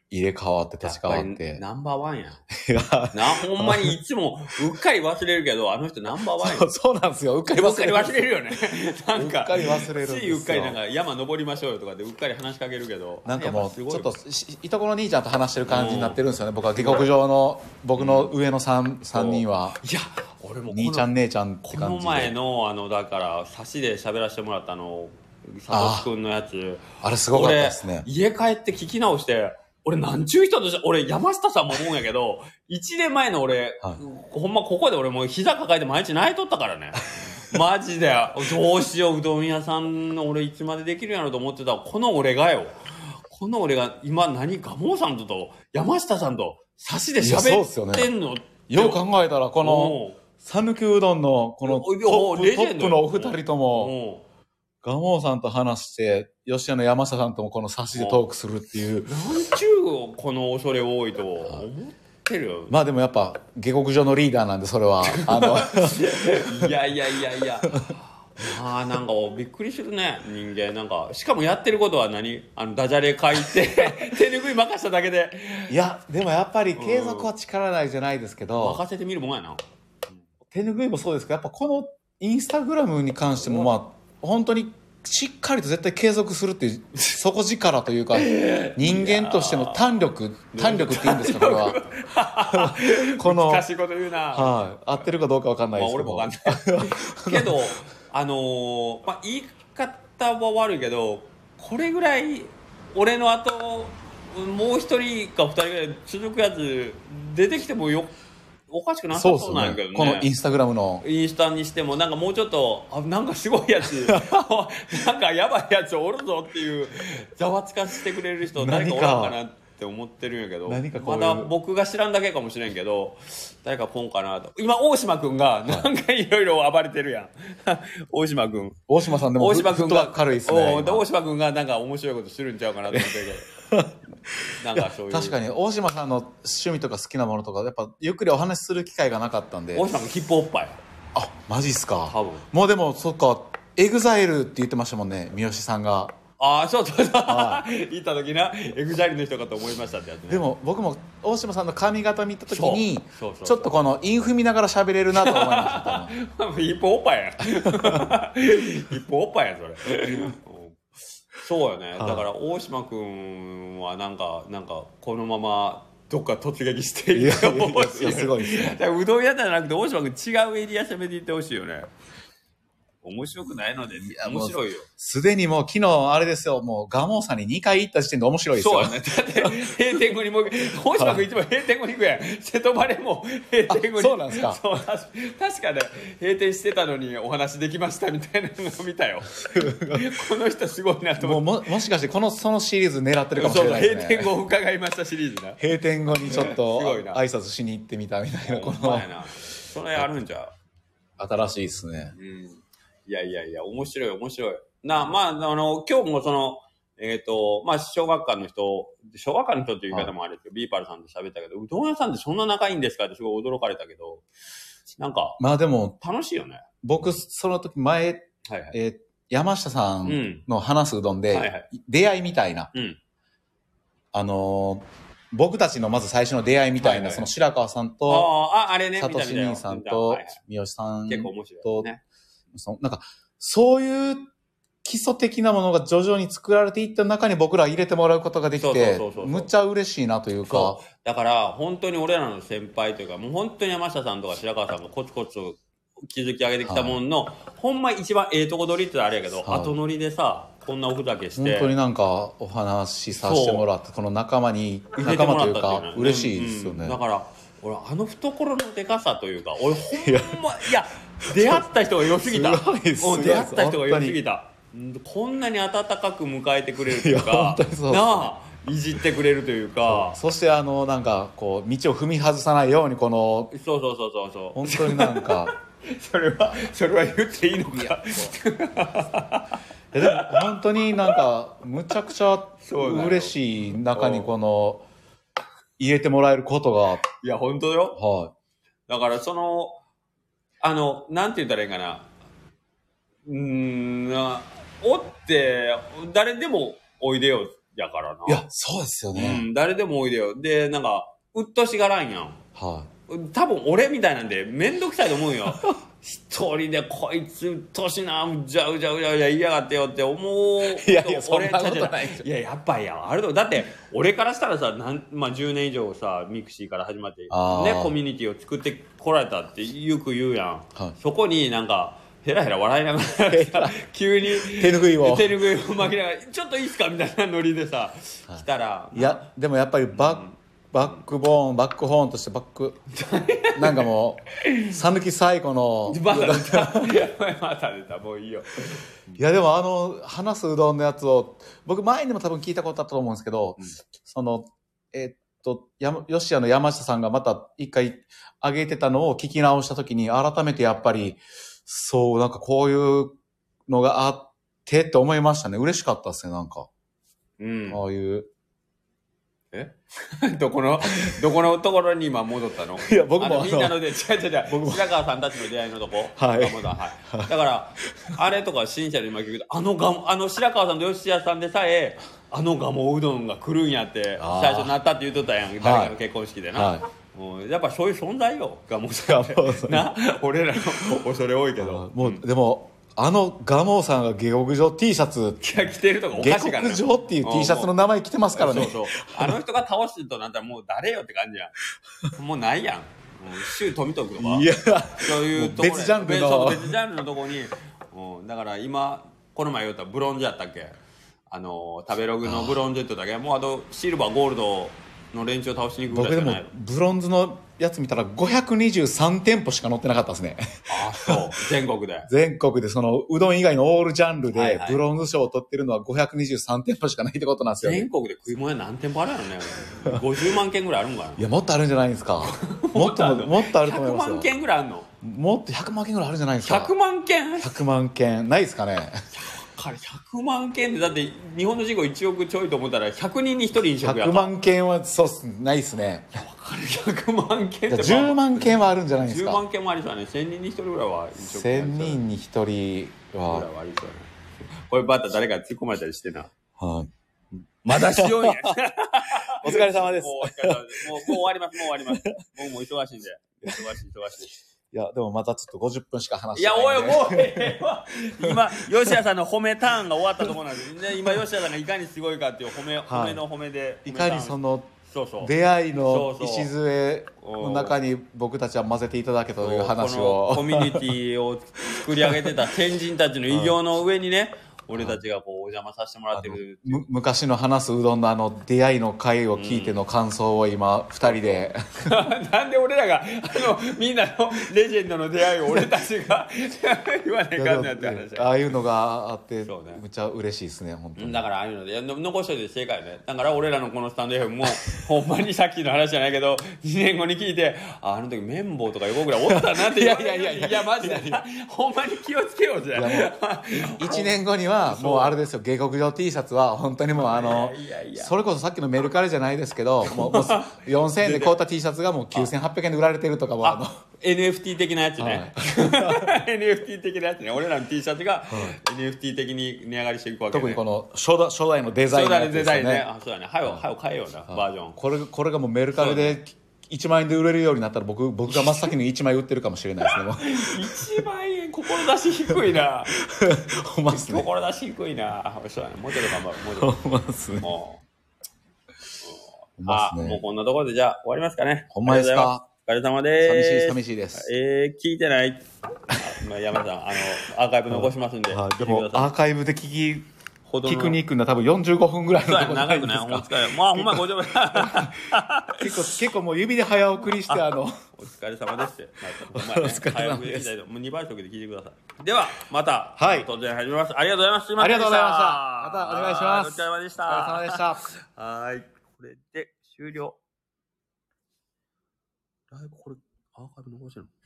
S3: 入れ替わって立ち替わって
S2: ナンバーワンや
S3: いや
S2: なほんまにいつもうっかり忘れるけどあの人ナンバーワンや
S3: そう <laughs> そうなんですようっかり
S2: うっ
S3: 忘
S2: かり
S3: れ
S2: 忘
S3: る
S2: れるよね <laughs> なんか
S3: うっかり忘れるん
S2: つ
S3: ですよ
S2: いうっかりなんか山登りましょうよとかでうっかり話しかけるけど
S3: なんか
S2: あ
S3: もう
S2: れ
S3: ち
S2: やぱ
S3: ょっ
S2: すごい
S3: としいとこの兄ちゃんと話してる感じになってるんですよね僕は下克上の僕の上の 3, 三人はい
S2: や俺もこの
S3: 兄ちゃん姉ちゃんって
S2: こ
S3: 感
S2: の
S3: じ
S2: 前
S3: で
S2: のあのだから差しで喋らせてもらったあのさとしくんのやつ
S3: あれすごかったですね
S2: 俺家帰って聞き直して俺なんちゅう人として俺山下さんも思うんやけど <laughs> 一年前の俺、
S3: は
S2: ほんまここで俺もう膝抱えて毎日泣いとったから
S3: <laughs>
S2: ねマジでどうしよううどん屋さんの俺いつまでできるんやろうと思ってたこの俺がよこの俺が今何ガモさんとと山下さんと差しで
S3: いやそうっすよ
S2: 喋
S3: ね
S2: ってんの
S3: よう考えたらこの
S2: うん
S3: 讃岐うどんのこのト
S2: いやもう
S3: ップ
S2: レジ
S3: ト
S2: ェン
S3: ッ
S2: ド
S3: プのお二人とも、
S2: も
S3: ガモーさんと話して、吉野の山下さんともこの差しでトークするっていう
S2: う、。なんちゅうこの恐れ多いと思ってるよ。
S3: まあでもやっぱ、下克上のリーダーなんで、そ
S2: <laughs>
S3: れは。あの、
S2: いやいやいやいや。まあなんかびっくりするね人間なんかしかもやってることは何あのダジャレ書いて <laughs> 手拭い任しただけで
S3: いや、でもやっぱり継続は力ないじゃないですけど、
S2: 任せてみるもんやな
S3: 手拭いもそうですけど、やっぱこのインスタグラムに関しても、まあ、本当にしっかりと絶対継続するっていう、底力というか、人間としての胆力、胆力って言うんですか、これ
S2: <laughs>
S3: は。この、はい
S2: 難しいこと言うな、、
S3: 合ってるかどうかわかんない
S2: ま
S3: で
S2: あ
S3: すけ
S2: 俺
S3: ど。
S2: もわかんないけどあのーまあ、言い方は悪いけどこれぐらい俺の後もう一人か二人ぐらい続くやつ出てきてもよおかしくなさ
S3: そう
S2: そうなんやけど
S3: ですね。
S2: ね
S3: このインスタグラムの。
S2: インスタにしてもなんかもうちょっとあなんかすごいや
S3: <laughs>
S2: つなんかやばいやつおるぞっていうざわつかしてくれる人誰
S3: 何
S2: か
S3: か
S2: おらんかなって思ってるんやけど
S3: 何かこういう
S2: まだ僕が知らんだけかもしれんけど誰かポンかなと今大島君がなんかいろいろ暴れてるやん <laughs> 大島君
S3: 大島さんでも
S2: 大
S3: フ
S2: 島
S3: ッ
S2: 君
S3: ト
S2: が
S3: が軽いですね
S2: おうで
S3: 今
S2: 大島君がなんか面白いことするんちゃうかなと思ってるけ
S3: <laughs>
S2: どなんかそういう
S3: 確かに大島さんの趣味とか好きなものとかやっぱゆっくりお話しする機会がなかったんで
S2: 大島君ヒップホッパーや
S3: あマジっす
S2: 多
S3: か
S2: 分
S3: もうでもそっかエグザイルって言ってましたもんね三好さんが
S2: ああそうそうそう <laughs>
S3: は
S2: 行った時なエグザイルの人かと思いましたってやつね
S3: でも僕も大島さんの髪型見た時に
S2: そうそうそう
S3: ちょっとこの韻踏みながら喋れるなと思いました多
S2: <laughs>
S3: 分
S2: ヒップホッパーや。 <laughs> ヒップホッパーや、それ。うんそうよね。だから、大島君はなんか、なんか、このまま、どっか突撃していってほしい。
S3: いやいやいやすごいですね
S2: だからうどん屋じゃなくて、大島君違うエリア攻めていってほしいよね。面白くないので、面白いよ。
S3: すでにもう昨日あれですよもう蒲生さんに2回行った時点で面白いです
S2: そう
S3: よ
S2: やね。だって、閉店後にもう一回、大島君いつも閉店後に行くやん。瀬戸バレも閉店後に。
S3: あそうなんですか
S2: そう確か確かね、閉店してたのにお話できましたみたいなのを見たよ。この人すごいなと
S3: も
S2: 思
S3: う
S2: って。
S3: ももしかしてこのそのシリーズ狙ってるか
S2: そう
S3: もし
S2: そう
S3: れない
S2: 閉店
S3: ですね
S2: 後を伺いましたシリーズな。
S3: 閉店後にちょっと
S2: すごいな
S3: 挨拶しに行ってみたみたい
S2: <laughs>
S3: なこ
S2: ほんま
S3: の
S2: やな。それあるんじゃ
S3: 新しいですね
S2: う。うん。いやいやいや、面白い面白い。な、まあ、あの、今日もその、えっ、と、まあ、小学館の人、小学館の人っていう言い方もあるけど、ビーパルさんと喋ったけど、うどん屋さんってそんな仲いいんですかってすごい驚かれたけど、なんか、
S3: まあでも、
S2: 楽しいよね。
S3: 僕、その時前、
S2: はいはい。
S3: えー山下さ
S2: うんん。
S3: の話すうどん
S2: はいは
S3: で、出会いみたいな、
S2: うん。
S3: あのー僕たちのまず最初の出会いみたいな、
S2: はいはい
S3: その白川さん
S2: あ
S3: と、
S2: あ、あれね、
S3: サ
S2: 見
S3: ト
S2: た
S3: シ
S2: 見たよ
S3: 兄さん
S2: 見た
S3: と
S2: はいはい、
S3: 三好さん
S2: 結構面白いよ
S3: と、
S2: ね。
S3: そのなんか、そういう基礎的なものが徐々に作られていった中に僕ら入れてもらうことができて
S2: そうそうそうそう、
S3: むっちゃ嬉しいなというか
S2: そ、うだから本当に俺らの先輩というかもう本当に山下さんとか白川さんがコツコツ築き上げてきたもんの、ほんま一番ええとこ取りってあれやけど、
S3: はい
S2: 後乗りでさこんなおふざけし
S3: 本
S2: て
S3: 当になんかお話しさせてもらって、この仲間に、
S2: 入れて
S3: 仲
S2: もら
S3: 間
S2: っ
S3: と
S2: た
S3: い
S2: ってい
S3: うか、
S2: うのは
S3: 嬉しいですよ
S2: う
S3: ね
S2: んだ。から俺あの懐のでかさというか俺ほんまいや出会った人が良すぎた
S3: すごいです
S2: うん出会った人が良すぎたうんこんなに温かく迎えてくれるという
S3: いや
S2: か
S3: 本当にそうです
S2: なあいじってくれるというか
S3: そしてあのなんかこう道を踏み外さないようにこの
S2: そうそうそうそうそう
S3: 本当になん
S2: <laughs>
S3: か
S2: それはそれは言っていいのか
S3: いやでも本当になんかむちゃくちゃ
S2: そうだよ
S3: 嬉しい中にこの入れてもらえることが
S2: いや本当よ
S3: は
S2: だからそのあのなんて言ったらいいかなうーんあおって誰でもおいでよやからない
S3: いやそうですよ
S2: う
S3: ね、
S2: ん、誰でもおいでよでなんかうっとしがらんやん
S3: は
S2: 多分俺みたいなんで面倒くさいと思う
S3: <laughs>
S2: よ一人でこいつうっとうしなうじゃうじゃうじゃうじゃ言いやがってよって思うい
S3: いやいやそんなことない
S2: いややっぱりやんあれだだって俺からしたらさなん、まあ、10年以上さミクシーから始まって、ね
S3: あー、
S2: コミュニティを作ってこられたってよく言うやん、
S3: はい
S2: そこになんかヘラヘラ笑いながらさ急に
S3: い手拭いを
S2: 手拭いを巻きながら「ちょっといいっすか?」みたいなノリでさ来たら
S3: いやでもやっぱりバッ,、バックボーンバックホーンとしてバックなんかも
S2: <laughs>
S3: う讃岐最後の
S2: また出たまた出たもういいよ
S3: いやでもあの話すうどんのやつを僕前にも多分聞いたことあったと思うんですけど、そのえっと、やまヨシアの山下さんがまた一回上げてたのを聞き直したときに、改めてやっぱり、そう、なんかこういうのがあってって思いましたね。嬉しかったですね、なんか。
S2: うん。
S3: ああいう。
S2: えどこの、どこのところに今戻ったの
S3: いや、僕
S2: あ
S3: も
S2: の
S3: あ
S2: みんな
S3: の、
S2: ので、違う違う違う、
S3: 僕も
S2: 白川さんたちの出会いのとこ、
S3: はい
S2: あまだはい、だから、あれとか、新車で今聞くと、あのがあの白川さんと吉田さんでさえ、あのガモうどんが来るんやって、
S3: あー
S2: 最初なったって言っとったやん、誰かの結婚式でな。
S3: は
S2: もうやっぱそういう存在よ、ガモさんって
S3: ガモさん
S2: な、俺らの恐れ多いけど、
S3: もう、でも、あの、ガモーさんが下克上 T シャツ、
S2: いや着てるとかお
S3: 下
S2: かしいからな
S3: 克上っていう T シャツの名前着てますからね。
S2: そうそうあの人が倒すとなったらもう誰よって感じやんもうないやんもう周富徳とか
S3: いや、
S2: そういうところや
S3: 別ジャンルの
S2: 別別ジャンルのとこに、うん、だから今この前言ったブロンズやったっけあの食べログのブロンズって言ったっけもうあとシルバーゴールドの連中を倒しに行くぐら
S3: <laughs> 僕
S2: いしか
S3: でも
S2: ない
S3: ブロンズのやつ見たら523店舗しか載ってなかったです <laughs> ね
S2: ああそう全国
S3: <laughs>
S2: で
S3: 全国でそのうどん以外のオールジャンル
S2: はい
S3: で
S2: はい
S3: ブロンズ賞を取ってるのは523店舗しかないってことなんですよね、
S2: 全国で食い物屋何店舗あるやろね50万件ぐらいあるんかない
S3: やもっとあるんじゃないです <laughs> かもっとももっとあると思いま
S2: 100
S3: す
S2: 万
S3: よ
S2: 件ぐらいあるの
S3: もっと100万件ぐらいあるんじゃないですか
S2: 100万件
S3: 100万件ないですかね
S2: 彼100万件でだって日本の人口1億ちょいと思ったら100人に1人飲食や
S3: 100
S2: と
S3: 万件はそうっすないですね
S2: 彼100万件って
S3: 10万件はあるんじゃないです
S2: 10
S3: か
S2: 万件もありそうやね1000人に1人ぐらいは飲食や
S3: 1000人に1人
S2: ぐら
S3: はい
S2: はありそうやねこれバッタ誰か突っ込まれたりしてな
S3: はい
S2: まだしよう <laughs> や
S3: お疲れ様です
S2: もうお疲れ様ですもうもう終わりますもう終わります僕もう忙しいんで忙しい忙し
S3: いやでもまたちょっと50分しか話
S2: いい
S3: して
S2: や
S3: ないん
S2: お
S3: で
S2: いもうええわ今吉田さんの褒めターンが終わったところなんですね今吉田さんがいかにすごいかっていう褒め褒めの褒めで
S3: いかにその
S2: そうそう
S3: 出会いの
S2: そうそう
S3: 礎の中に僕たちは混ぜていただけたという話
S2: このコ
S3: を
S2: ミュニティを作り上げてた先人たちの偉業の上にね、俺たちがこうお邪魔させてもらってる。
S3: む昔の話すうどんのあの出会いの会を聞いての感想を今二人で
S2: <laughs> なんで俺らが、あの、みんなのレジェンドの出会いを俺たちが <laughs> 言わないかんなって話
S3: ああいうのがあって
S2: そうね
S3: むちゃ嬉しいですね本当
S2: うん
S3: に
S2: だからああいうのでいやの残しといて正解よねだから俺らのこのスタンド <laughs> FM もほんまにさっきの話じゃないけど2年後に聞いてああの時綿棒とか横ぐらいおったなって
S3: いやいやいやいや
S2: いやマジでほんまに気をつけようぜ
S3: いや1年後にはもうあれですよ下克上 T シャツは本当にもうあの
S2: いやいやいや
S3: それこそさっきのメルカリじゃないですけどもうもう4000円で買うた T シャツがもう9800円で売られてるとかもあの
S2: あ NFT 的なやつね、NFT <laughs> 的なやつね俺らの T シャツが NFT 的に値上がりしていくわけ、ね、
S3: 特にこの初代初代のデザイン
S2: そうだ
S3: のや
S2: ね
S3: つ
S2: デ
S3: ですよ
S2: ザインねあそうだねはよはよ変えようなバージョン
S3: これこれがもうメルカリで1万円で売れるようになったら僕僕が真っ先に1枚売ってるかもしれな
S2: <laughs>
S3: いですねも
S2: 1万円志低いな
S3: うほんまっすね
S2: 志低いなそうだねもうちょっと頑張るもうち
S3: <laughs>
S2: ょっ
S3: ほんまっすね
S2: とも
S3: ほ
S2: うん
S3: ま
S2: あ
S3: っす
S2: もう
S3: ね
S2: こんなところでじゃあ終わりますかね
S3: ほんまですか
S2: ありがとうございますお疲れ
S3: 寂
S2: 様です
S3: しい寂しいです
S2: えー、聞いてないあまあ山田さんあのアーカイブ残しますんで
S3: あで
S2: 聞
S3: も
S2: いてください
S3: アーカイブで聞き
S2: ほどの
S3: 聞くに行くのは多分45分ぐらいの
S2: そうや
S3: ところじゃな
S2: 長く
S3: いで
S2: ない
S3: す
S2: お疲
S3: か
S2: れまあほんまご丈夫
S3: 結構結構もう指で早送りしてあの
S2: <laughs> お疲れ様ですってまたほんまやね
S3: <laughs> お疲れ様です
S2: 早く行きたいともう2倍速で聞いてくださいではまた、
S3: はい
S2: 突然始めますありがとうございますすいま
S3: あ
S2: せ
S3: り
S2: ん
S3: が
S2: で
S3: とうございましたまたお願いします
S2: お疲れ様でした
S3: お疲れ様でした
S2: はーいこれで終了ライブこれアーカイブ残してるの